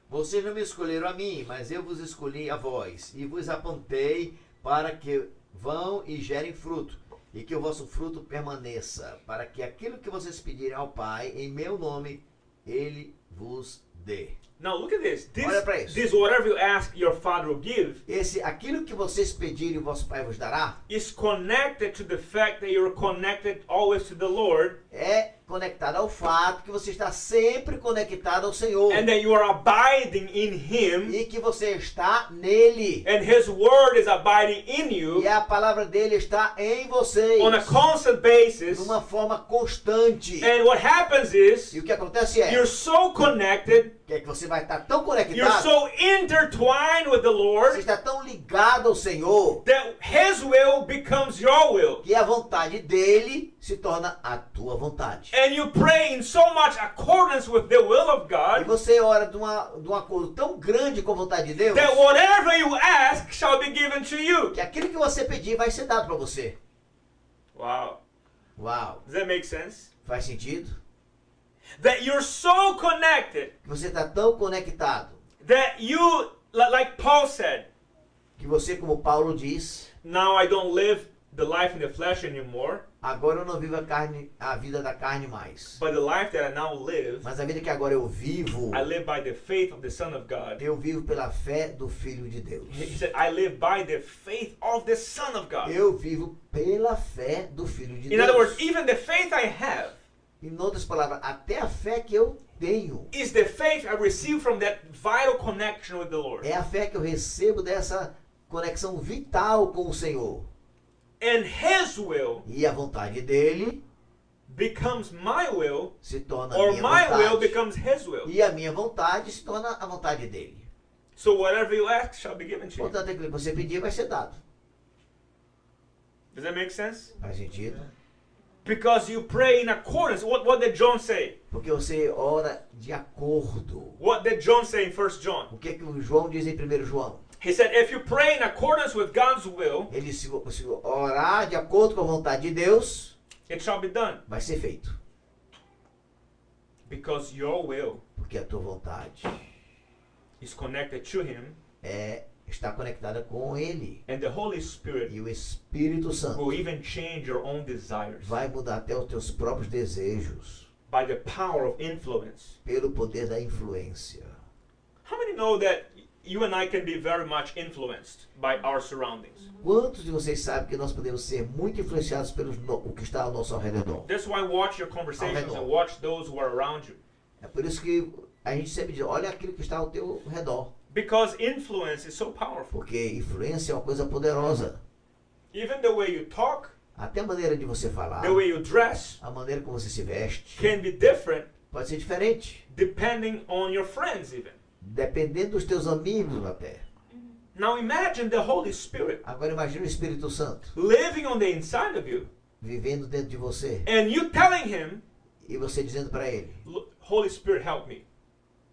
Speaker 3: Vocês não me escolheram a mim, mas eu vos escolhi a vós, e vos apontei para que vão e gerem fruto, e que o vosso fruto permaneça, para que aquilo que vocês pedirem ao Pai, em meu nome, ele vos dê.
Speaker 2: Now look at this.
Speaker 3: Olha pra isso.
Speaker 2: This, this whatever you ask your father will give
Speaker 3: Esse, aquilo que vocês pedirem, o vosso Pai vos dará,
Speaker 2: is connected to the fact that you're connected always to the Lord
Speaker 3: é conectado ao fato que você está sempre conectado ao Senhor,
Speaker 2: and that you are abiding in him
Speaker 3: e que você está nele.
Speaker 2: and his word is abiding in
Speaker 3: E
Speaker 2: you
Speaker 3: a palavra dele está em vocês.
Speaker 2: on a constant basis.
Speaker 3: Numa forma constante.
Speaker 2: And what happens
Speaker 3: E
Speaker 2: is
Speaker 3: o que acontece é
Speaker 2: you're so connected,
Speaker 3: que, é que você vai estar tão
Speaker 2: you're
Speaker 3: conectado,
Speaker 2: so intertwined with the
Speaker 3: você
Speaker 2: Lord
Speaker 3: está tão ligado ao Senhor,
Speaker 2: that his will becomes your will.
Speaker 3: que a vontade dele se torna a tua vontade.
Speaker 2: And you pray in so much accordance with the will of
Speaker 3: E
Speaker 2: God
Speaker 3: você ora de, uma, de um acordo tão grande com a vontade de Deus,
Speaker 2: that whatever you ask shall be given to you.
Speaker 3: que aquilo que você pedir vai ser dado para você.
Speaker 2: Wow.
Speaker 3: Uau,
Speaker 2: Does that make sense?
Speaker 3: faz sentido?
Speaker 2: That you're so connected
Speaker 3: Que você está tão conectado,
Speaker 2: that you, li- like Paul said,
Speaker 3: que você, como Paulo diz,
Speaker 2: now I don't live the life in the flesh anymore,
Speaker 3: Agora eu não vivo a, carne, a vida da carne mais.
Speaker 2: but the life that I now live,
Speaker 3: Mas a vida que agora eu vivo,
Speaker 2: I live by the faith of the Son of God.
Speaker 3: eu vivo pela fé do Filho de Deus.
Speaker 2: He said, I live by the faith of the Son of God.
Speaker 3: Eu vivo pela fé do Filho de
Speaker 2: In other words,
Speaker 3: Deus.
Speaker 2: even the faith I have
Speaker 3: Em outras palavras, até a fé que eu tenho
Speaker 2: is the faith I received from that vital connection with the Lord.
Speaker 3: é a fé que eu recebo dessa conexão vital com o Senhor.
Speaker 2: And His will
Speaker 3: E a vontade dele
Speaker 2: becomes my will,
Speaker 3: se torna a
Speaker 2: or
Speaker 3: minha
Speaker 2: my will
Speaker 3: vontade.
Speaker 2: becomes His will.
Speaker 3: E a minha vontade se torna a vontade dele.
Speaker 2: So whatever you ask shall be given to you.
Speaker 3: Portanto, aquilo que você pedir vai ser dado.
Speaker 2: Does that make sense?
Speaker 3: Faz sentido?
Speaker 2: Because you pray in accordance. What, what did John say?
Speaker 3: Porque você ora de acordo.
Speaker 2: What did John say in 1 John?
Speaker 3: O que é que o João diz em 1 João?
Speaker 2: He said, if you pray in accordance with God's will,
Speaker 3: Ele se se orar de acordo com a vontade de Deus,
Speaker 2: it shall be done.
Speaker 3: vai ser feito.
Speaker 2: Because your will
Speaker 3: Porque a tua vontade
Speaker 2: is connected to Him,
Speaker 3: é está conectada com ele.
Speaker 2: and the Holy Spirit
Speaker 3: E o Espírito Santo
Speaker 2: will even change your own desires
Speaker 3: vai mudar até os teus próprios desejos
Speaker 2: by the power of influence.
Speaker 3: pelo poder da influência.
Speaker 2: How many know that you and I can be very much influenced by our surroundings?
Speaker 3: Quantos de vocês sabem que nós podemos ser muito influenciados pelo o que está ao nosso redor?
Speaker 2: That's why watch your conversations and watch those who are around you.
Speaker 3: É por isso que a gente sempre diz, olha aquilo que está ao teu redor,
Speaker 2: Because influence is so powerful.
Speaker 3: porque influência é uma coisa poderosa.
Speaker 2: Even the way you talk,
Speaker 3: Até a maneira de você falar,
Speaker 2: the way you dress,
Speaker 3: a maneira como você se veste,
Speaker 2: can be different
Speaker 3: pode ser diferente,
Speaker 2: depending on your friends, even.
Speaker 3: dependendo dos teus amigos até.
Speaker 2: Now imagine the Holy Spirit
Speaker 3: Agora imagine o Espírito Santo
Speaker 2: living on the inside of you,
Speaker 3: vivendo dentro de você
Speaker 2: and you telling Him,
Speaker 3: e você dizendo para ele,
Speaker 2: "Lo- Holy Spirit, help me.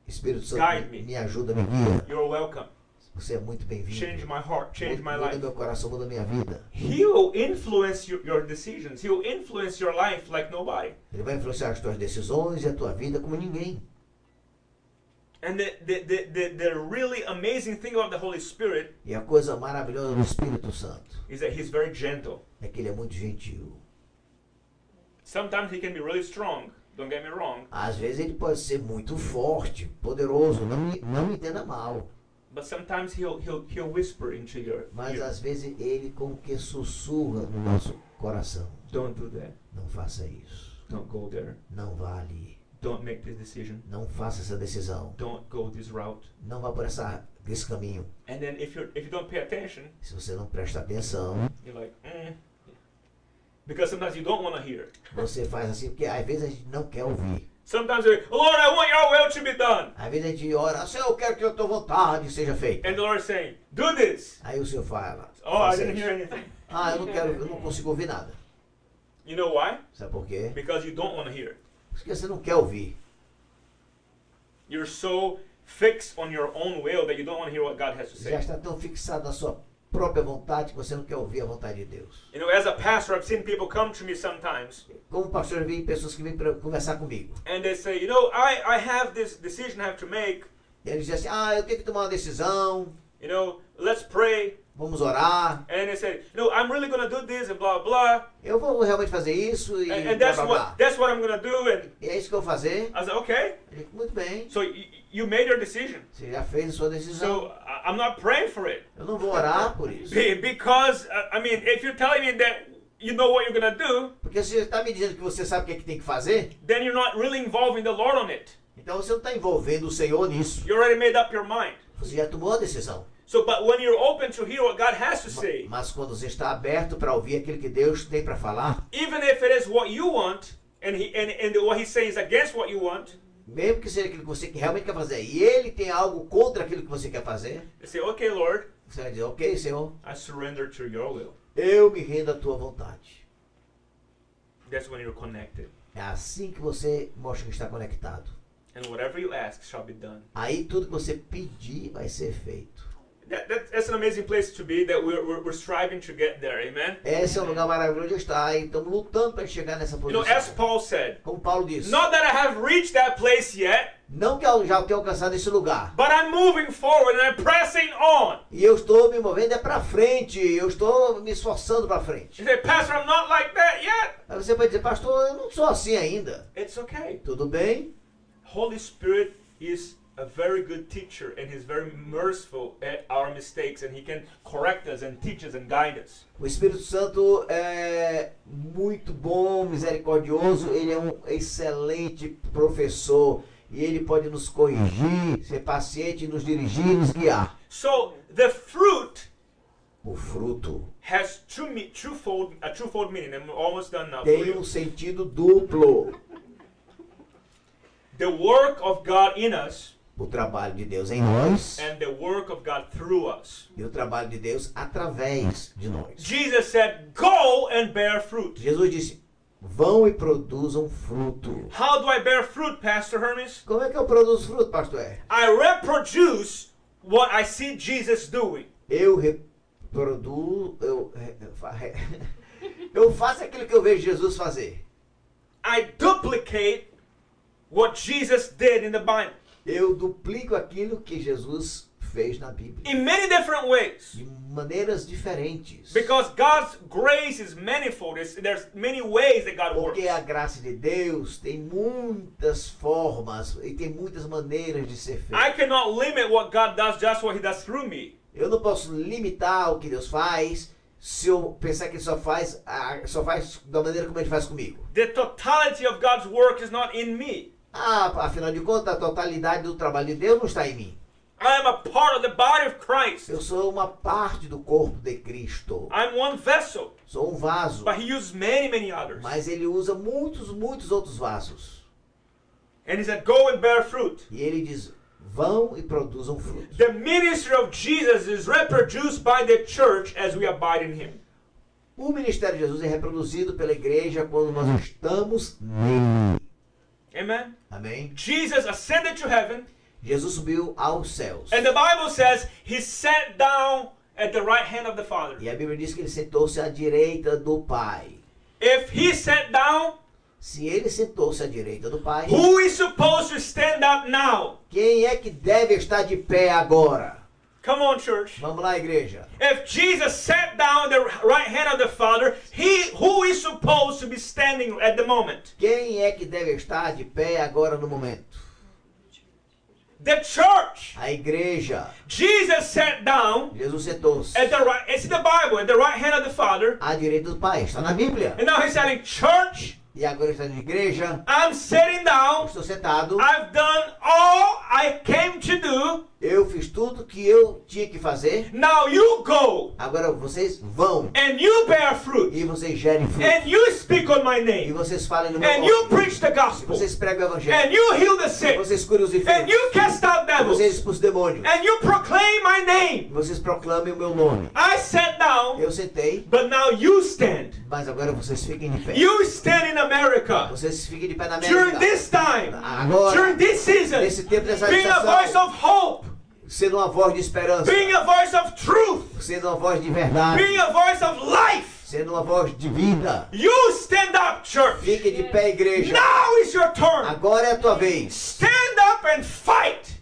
Speaker 3: Espírito Santo,
Speaker 2: Guide me.
Speaker 3: me, me ajuda, me guia.
Speaker 2: You're welcome.
Speaker 3: Você é muito
Speaker 2: Change
Speaker 3: bem-vindo.
Speaker 2: my heart, change my
Speaker 3: Muda
Speaker 2: life.
Speaker 3: meu coração, muda minha vida.
Speaker 2: He will influence your, your decisions. He will influence your life like nobody.
Speaker 3: Ele vai influenciar as tuas decisões e a tua vida como ninguém.
Speaker 2: And the, the, the, the, the really amazing thing about the Holy Spirit
Speaker 3: E a coisa maravilhosa do Espírito Santo
Speaker 2: is that He's very gentle.
Speaker 3: é que ele é muito gentil.
Speaker 2: Sometimes He can be really strong, don't get me wrong,
Speaker 3: Às vezes ele pode ser muito forte, poderoso, não me, não me entenda mal.
Speaker 2: but sometimes He'll, he'll, he'll whisper into your
Speaker 3: Mas
Speaker 2: ear,
Speaker 3: às vezes ele como que sussurra no nosso coração.
Speaker 2: Don't do that.
Speaker 3: Não faça isso.
Speaker 2: Don't go there.
Speaker 3: Não vá ali.
Speaker 2: Don't make this decision.
Speaker 3: Não faça essa decisão.
Speaker 2: Don't go this route.
Speaker 3: Não vá por essa, esse caminho.
Speaker 2: And then if, you're, if you don't pay attention,
Speaker 3: Se você não presta atenção,
Speaker 2: you're like, mm. Because sometimes you don't want to hear.
Speaker 3: você faz assim, porque às vezes a gente não quer ouvir.
Speaker 2: Sometimes you're like, Lord, I want your will to be done.
Speaker 3: Às vezes a gente ora, Senhor, eu quero que a tua vontade seja feita.
Speaker 2: And the Lord's saying, Do this.
Speaker 3: Aí o Senhor fala,
Speaker 2: Oh, I
Speaker 3: "Faça
Speaker 2: didn't
Speaker 3: isso."
Speaker 2: hear anything.
Speaker 3: ah, eu não quero, eu não consigo ouvir nada.
Speaker 2: You know why?
Speaker 3: Sabe por quê?
Speaker 2: Because you don't want to hear.
Speaker 3: Porque você não quer ouvir.
Speaker 2: You're so fixed on your own will that you don't want to hear what God has to
Speaker 3: Você
Speaker 2: say.
Speaker 3: já está tão fixado na sua própria vontade que você não quer ouvir a vontade de Deus.
Speaker 2: You know, as a pastor, I've seen people come to me sometimes
Speaker 3: Como pastor, eu vi pessoas que vêm pra conversar comigo.
Speaker 2: and they say, You know, I, I have this decision I have to make.
Speaker 3: E eles dizem assim, ah, eu tenho que tomar uma decisão,
Speaker 2: You know, let's pray.
Speaker 3: vamos orar,
Speaker 2: And then they say, You know, I'm really going to do this and blah, blah.
Speaker 3: eu vou realmente fazer isso e
Speaker 2: And, and
Speaker 3: blá
Speaker 2: that's,
Speaker 3: blá
Speaker 2: what,
Speaker 3: blá.
Speaker 2: that's what I'm going to do. And
Speaker 3: E é isso que eu vou fazer.
Speaker 2: I said, Okay.
Speaker 3: Eu digo, Muito bem,
Speaker 2: So y- you made your decision.
Speaker 3: você já fez a sua
Speaker 2: So
Speaker 3: decisão.
Speaker 2: I- I'm not praying for it.
Speaker 3: Eu não vou orar por isso.
Speaker 2: Be- Because, uh, I mean, if you're telling me that you know what you're going to do,
Speaker 3: Porque você está me dizendo que você sabe o que é que tem que fazer,
Speaker 2: then you're not really involving the Lord on it.
Speaker 3: então você não está envolvendo o Senhor nisso.
Speaker 2: You already made up your mind.
Speaker 3: Você já tomou a decisão.
Speaker 2: So, but when you're open to hear what God has to say,
Speaker 3: Mas quando você está aberto para ouvir aquilo que Deus tem para falar,
Speaker 2: even if it is what you want, and he and, and what he's saying is against what you want,
Speaker 3: mesmo que seja aquilo que você que realmente quer fazer, e ele tem algo contra aquilo que você quer fazer,
Speaker 2: you say, "Okay, Lord,
Speaker 3: você vai dizer, ok, Senhor,
Speaker 2: I surrender to Your will."
Speaker 3: eu me rendo à tua vontade.
Speaker 2: That's when you're connected,
Speaker 3: É assim que você mostra que está conectado.
Speaker 2: and whatever you ask shall be done.
Speaker 3: Aí tudo que você pedir vai ser feito.
Speaker 2: That, that, that's an amazing place to be that we're, we're, we're striving to get there. Amen.
Speaker 3: Esse é um lugar maravilhoso de estar e estamos lutando para chegar nessa
Speaker 2: You know, as
Speaker 3: posição.
Speaker 2: Paul said,
Speaker 3: Como Paulo disse,
Speaker 2: not that I have reached that place yet,
Speaker 3: não que eu já tenha alcançado esse lugar.
Speaker 2: but I'm moving forward and I'm pressing on.
Speaker 3: E eu estou me movendo é para frente, eu estou me esforçando para frente.
Speaker 2: You say, Pastor, I'm not like that yet.
Speaker 3: Aí você pode dizer, pastor, eu não sou assim ainda.
Speaker 2: It's okay.
Speaker 3: Tudo bem?
Speaker 2: Holy Spirit is a very good teacher and he's very merciful at our mistakes and he can correct us and teach us and guide us.
Speaker 3: O Espírito Santo é muito bom, misericordioso, ele é um excelente professor e ele pode nos corrigir, ser paciente, nos dirigir e nos guiar.
Speaker 2: So the fruit
Speaker 3: O fruto
Speaker 2: has two me- twofold a twofold meaning. I'm almost done now. for
Speaker 3: tem
Speaker 2: you.
Speaker 3: um sentido duplo.
Speaker 2: The work of God in us
Speaker 3: O trabalho de Deus em nós
Speaker 2: and the work of God through us.
Speaker 3: e o trabalho de Deus através de nós.
Speaker 2: Jesus said, "Go and bear fruit."
Speaker 3: Jesus disse: vão e produzam fruto.
Speaker 2: How do I bear fruit, Pastor Hermes?
Speaker 3: Como é que eu produzo fruto, pastor? É,
Speaker 2: I reproduce what I see Jesus doing.
Speaker 3: Eu reproduzo. Eu, re- eu fa- re- eu faço aquilo que eu vejo Jesus fazer.
Speaker 2: I duplicate what Jesus did in the Bible
Speaker 3: Eu duplico aquilo que Jesus fez na Bíblia.
Speaker 2: in many different ways.
Speaker 3: De maneiras diferentes.
Speaker 2: Because God's grace is manifold. It's- there's many ways that God works.
Speaker 3: Porque a graça de Deus tem muitas formas e tem muitas maneiras de ser
Speaker 2: I
Speaker 3: feita.
Speaker 2: cannot limit what God does just what He does through me.
Speaker 3: Eu não posso limitar o que Deus faz se eu pensar que Ele só faz, a- só faz da maneira como Ele faz comigo.
Speaker 2: The totality of God's work is not in me.
Speaker 3: Ah, afinal de contas, a totalidade do trabalho de Deus não está em mim.
Speaker 2: I am a part of the body of Christ.
Speaker 3: Eu sou uma parte do corpo de Cristo.
Speaker 2: I'm one vessel,
Speaker 3: Sou um vaso.
Speaker 2: but He uses many, many others.
Speaker 3: Mas ele usa muitos, muitos outros vasos.
Speaker 2: And He said, Go and bear fruit.
Speaker 3: E ele diz: vão e produzam frutos.
Speaker 2: The ministry of Jesus is reproduced by the church as we abide in Him.
Speaker 3: O ministério de Jesus é reproduzido pela igreja quando nós estamos nele.
Speaker 2: Amen.
Speaker 3: Amém?
Speaker 2: Jesus ascended to heaven,
Speaker 3: Jesus subiu aos céus.
Speaker 2: and the Bible says He sat down at the right hand of the Father.
Speaker 3: E a Bíblia diz que ele sentou-se à direita do Pai.
Speaker 2: If He sat down,
Speaker 3: Se ele sentou-se à direita do Pai,
Speaker 2: who is supposed to stand up now?
Speaker 3: quem é que deve estar de pé agora?
Speaker 2: Come on, church.
Speaker 3: Vamos lá, igreja.
Speaker 2: If Jesus sat down at the right hand of the Father, he who is supposed to be standing at the moment?
Speaker 3: Quem é que deve estar de pé agora no momento?
Speaker 2: The church.
Speaker 3: A igreja.
Speaker 2: Jesus sat down
Speaker 3: Jesus sentou-se
Speaker 2: at the right it's in the Bible, at the right hand of the Father.
Speaker 3: à direita do Pai. Está na Bíblia.
Speaker 2: And now he's saying, Church,
Speaker 3: E agora está na igreja.
Speaker 2: I'm sitting down.
Speaker 3: Estou sentado.
Speaker 2: I've done all I came to do.
Speaker 3: Eu fiz tudo que eu tinha que fazer.
Speaker 2: Now you go
Speaker 3: Agora vocês vão.
Speaker 2: and you bear fruit.
Speaker 3: E vocês gerem fruto.
Speaker 2: And you speak on my
Speaker 3: E
Speaker 2: name.
Speaker 3: vocês falem no meu
Speaker 2: And you
Speaker 3: nome.
Speaker 2: preach the
Speaker 3: E
Speaker 2: gospel.
Speaker 3: vocês pregam o
Speaker 2: And
Speaker 3: evangelho.
Speaker 2: you heal the
Speaker 3: E
Speaker 2: sick.
Speaker 3: vocês curam os
Speaker 2: And
Speaker 3: enfermos.
Speaker 2: you cast out
Speaker 3: E vocês
Speaker 2: devils.
Speaker 3: expulsam demônios.
Speaker 2: And you proclaim my
Speaker 3: E
Speaker 2: name.
Speaker 3: vocês proclamem o meu nome.
Speaker 2: I sat down,
Speaker 3: Eu sentei,
Speaker 2: but now you stand.
Speaker 3: mas agora vocês fiquem de pé.
Speaker 2: You stand in America
Speaker 3: Vocês fiquem de pé na
Speaker 2: during
Speaker 3: América.
Speaker 2: this time, during
Speaker 3: Agora,
Speaker 2: this season,
Speaker 3: nesse tempo dessa
Speaker 2: being a voice
Speaker 3: estação,
Speaker 2: of hope,
Speaker 3: sendo uma voz de esperança,
Speaker 2: being a voice of truth,
Speaker 3: sendo uma voz de verdade,
Speaker 2: being a voice of life.
Speaker 3: sendo uma voz de vida.
Speaker 2: You stand up, church.
Speaker 3: Fique de pé, igreja.
Speaker 2: Now is your turn.
Speaker 3: Agora é a tua vez.
Speaker 2: Stand up and fight.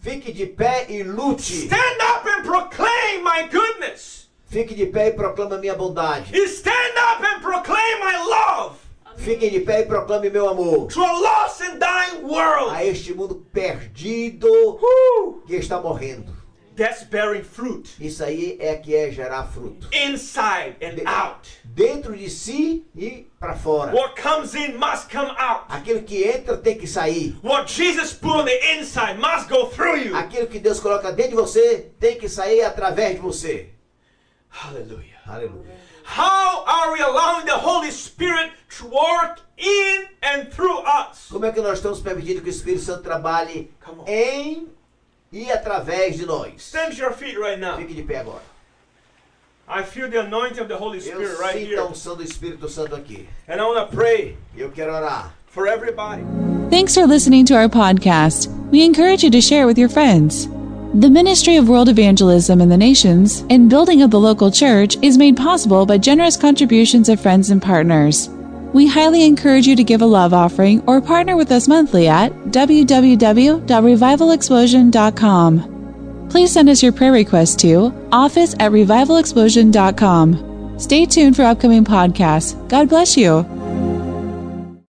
Speaker 3: Fique de pé e lute.
Speaker 2: Stand up and proclaim my goodness.
Speaker 3: Fique de pé e proclama minha bondade.
Speaker 2: You stand up and proclaim my love
Speaker 3: Fique de pé e proclame meu amor
Speaker 2: to a lost and dying world.
Speaker 3: a este mundo perdido
Speaker 2: Woo!
Speaker 3: que está morrendo.
Speaker 2: That's bearing fruit
Speaker 3: Isso aí é que é gerar fruto.
Speaker 2: inside and out.
Speaker 3: Dentro de si e para fora.
Speaker 2: What comes in must come out.
Speaker 3: Aquilo que entra tem que sair.
Speaker 2: What Jesus put on the inside must go through you.
Speaker 3: Aquilo que Deus coloca dentro de você tem que sair através de você.
Speaker 2: Hallelujah.
Speaker 3: Aleluia.
Speaker 2: How are we allowing the Holy Spirit to work in and through us?
Speaker 3: Como é que nós estamos permitindo que o Espírito Santo trabalhe
Speaker 2: Come on.
Speaker 3: em e através de nós?
Speaker 2: Stand to your feet right now.
Speaker 3: Fique de pé agora.
Speaker 2: I feel the anointing of the Holy
Speaker 3: Eu
Speaker 2: Spirit right
Speaker 3: sinto a
Speaker 2: here.
Speaker 3: unção do Espírito Santo aqui.
Speaker 2: And I want to pray
Speaker 3: E eu quero orar.
Speaker 2: for everybody.
Speaker 1: Thanks for listening to our podcast. We encourage you to share with your friends. The ministry of world evangelism in the nations and building of the local church is made possible by generous contributions of friends and partners. We highly encourage you to give a love offering or partner with us monthly at www.revivalexplosion.com. Please send us your prayer request to office at revivalexplosion.com. Stay tuned for upcoming podcasts. God bless you.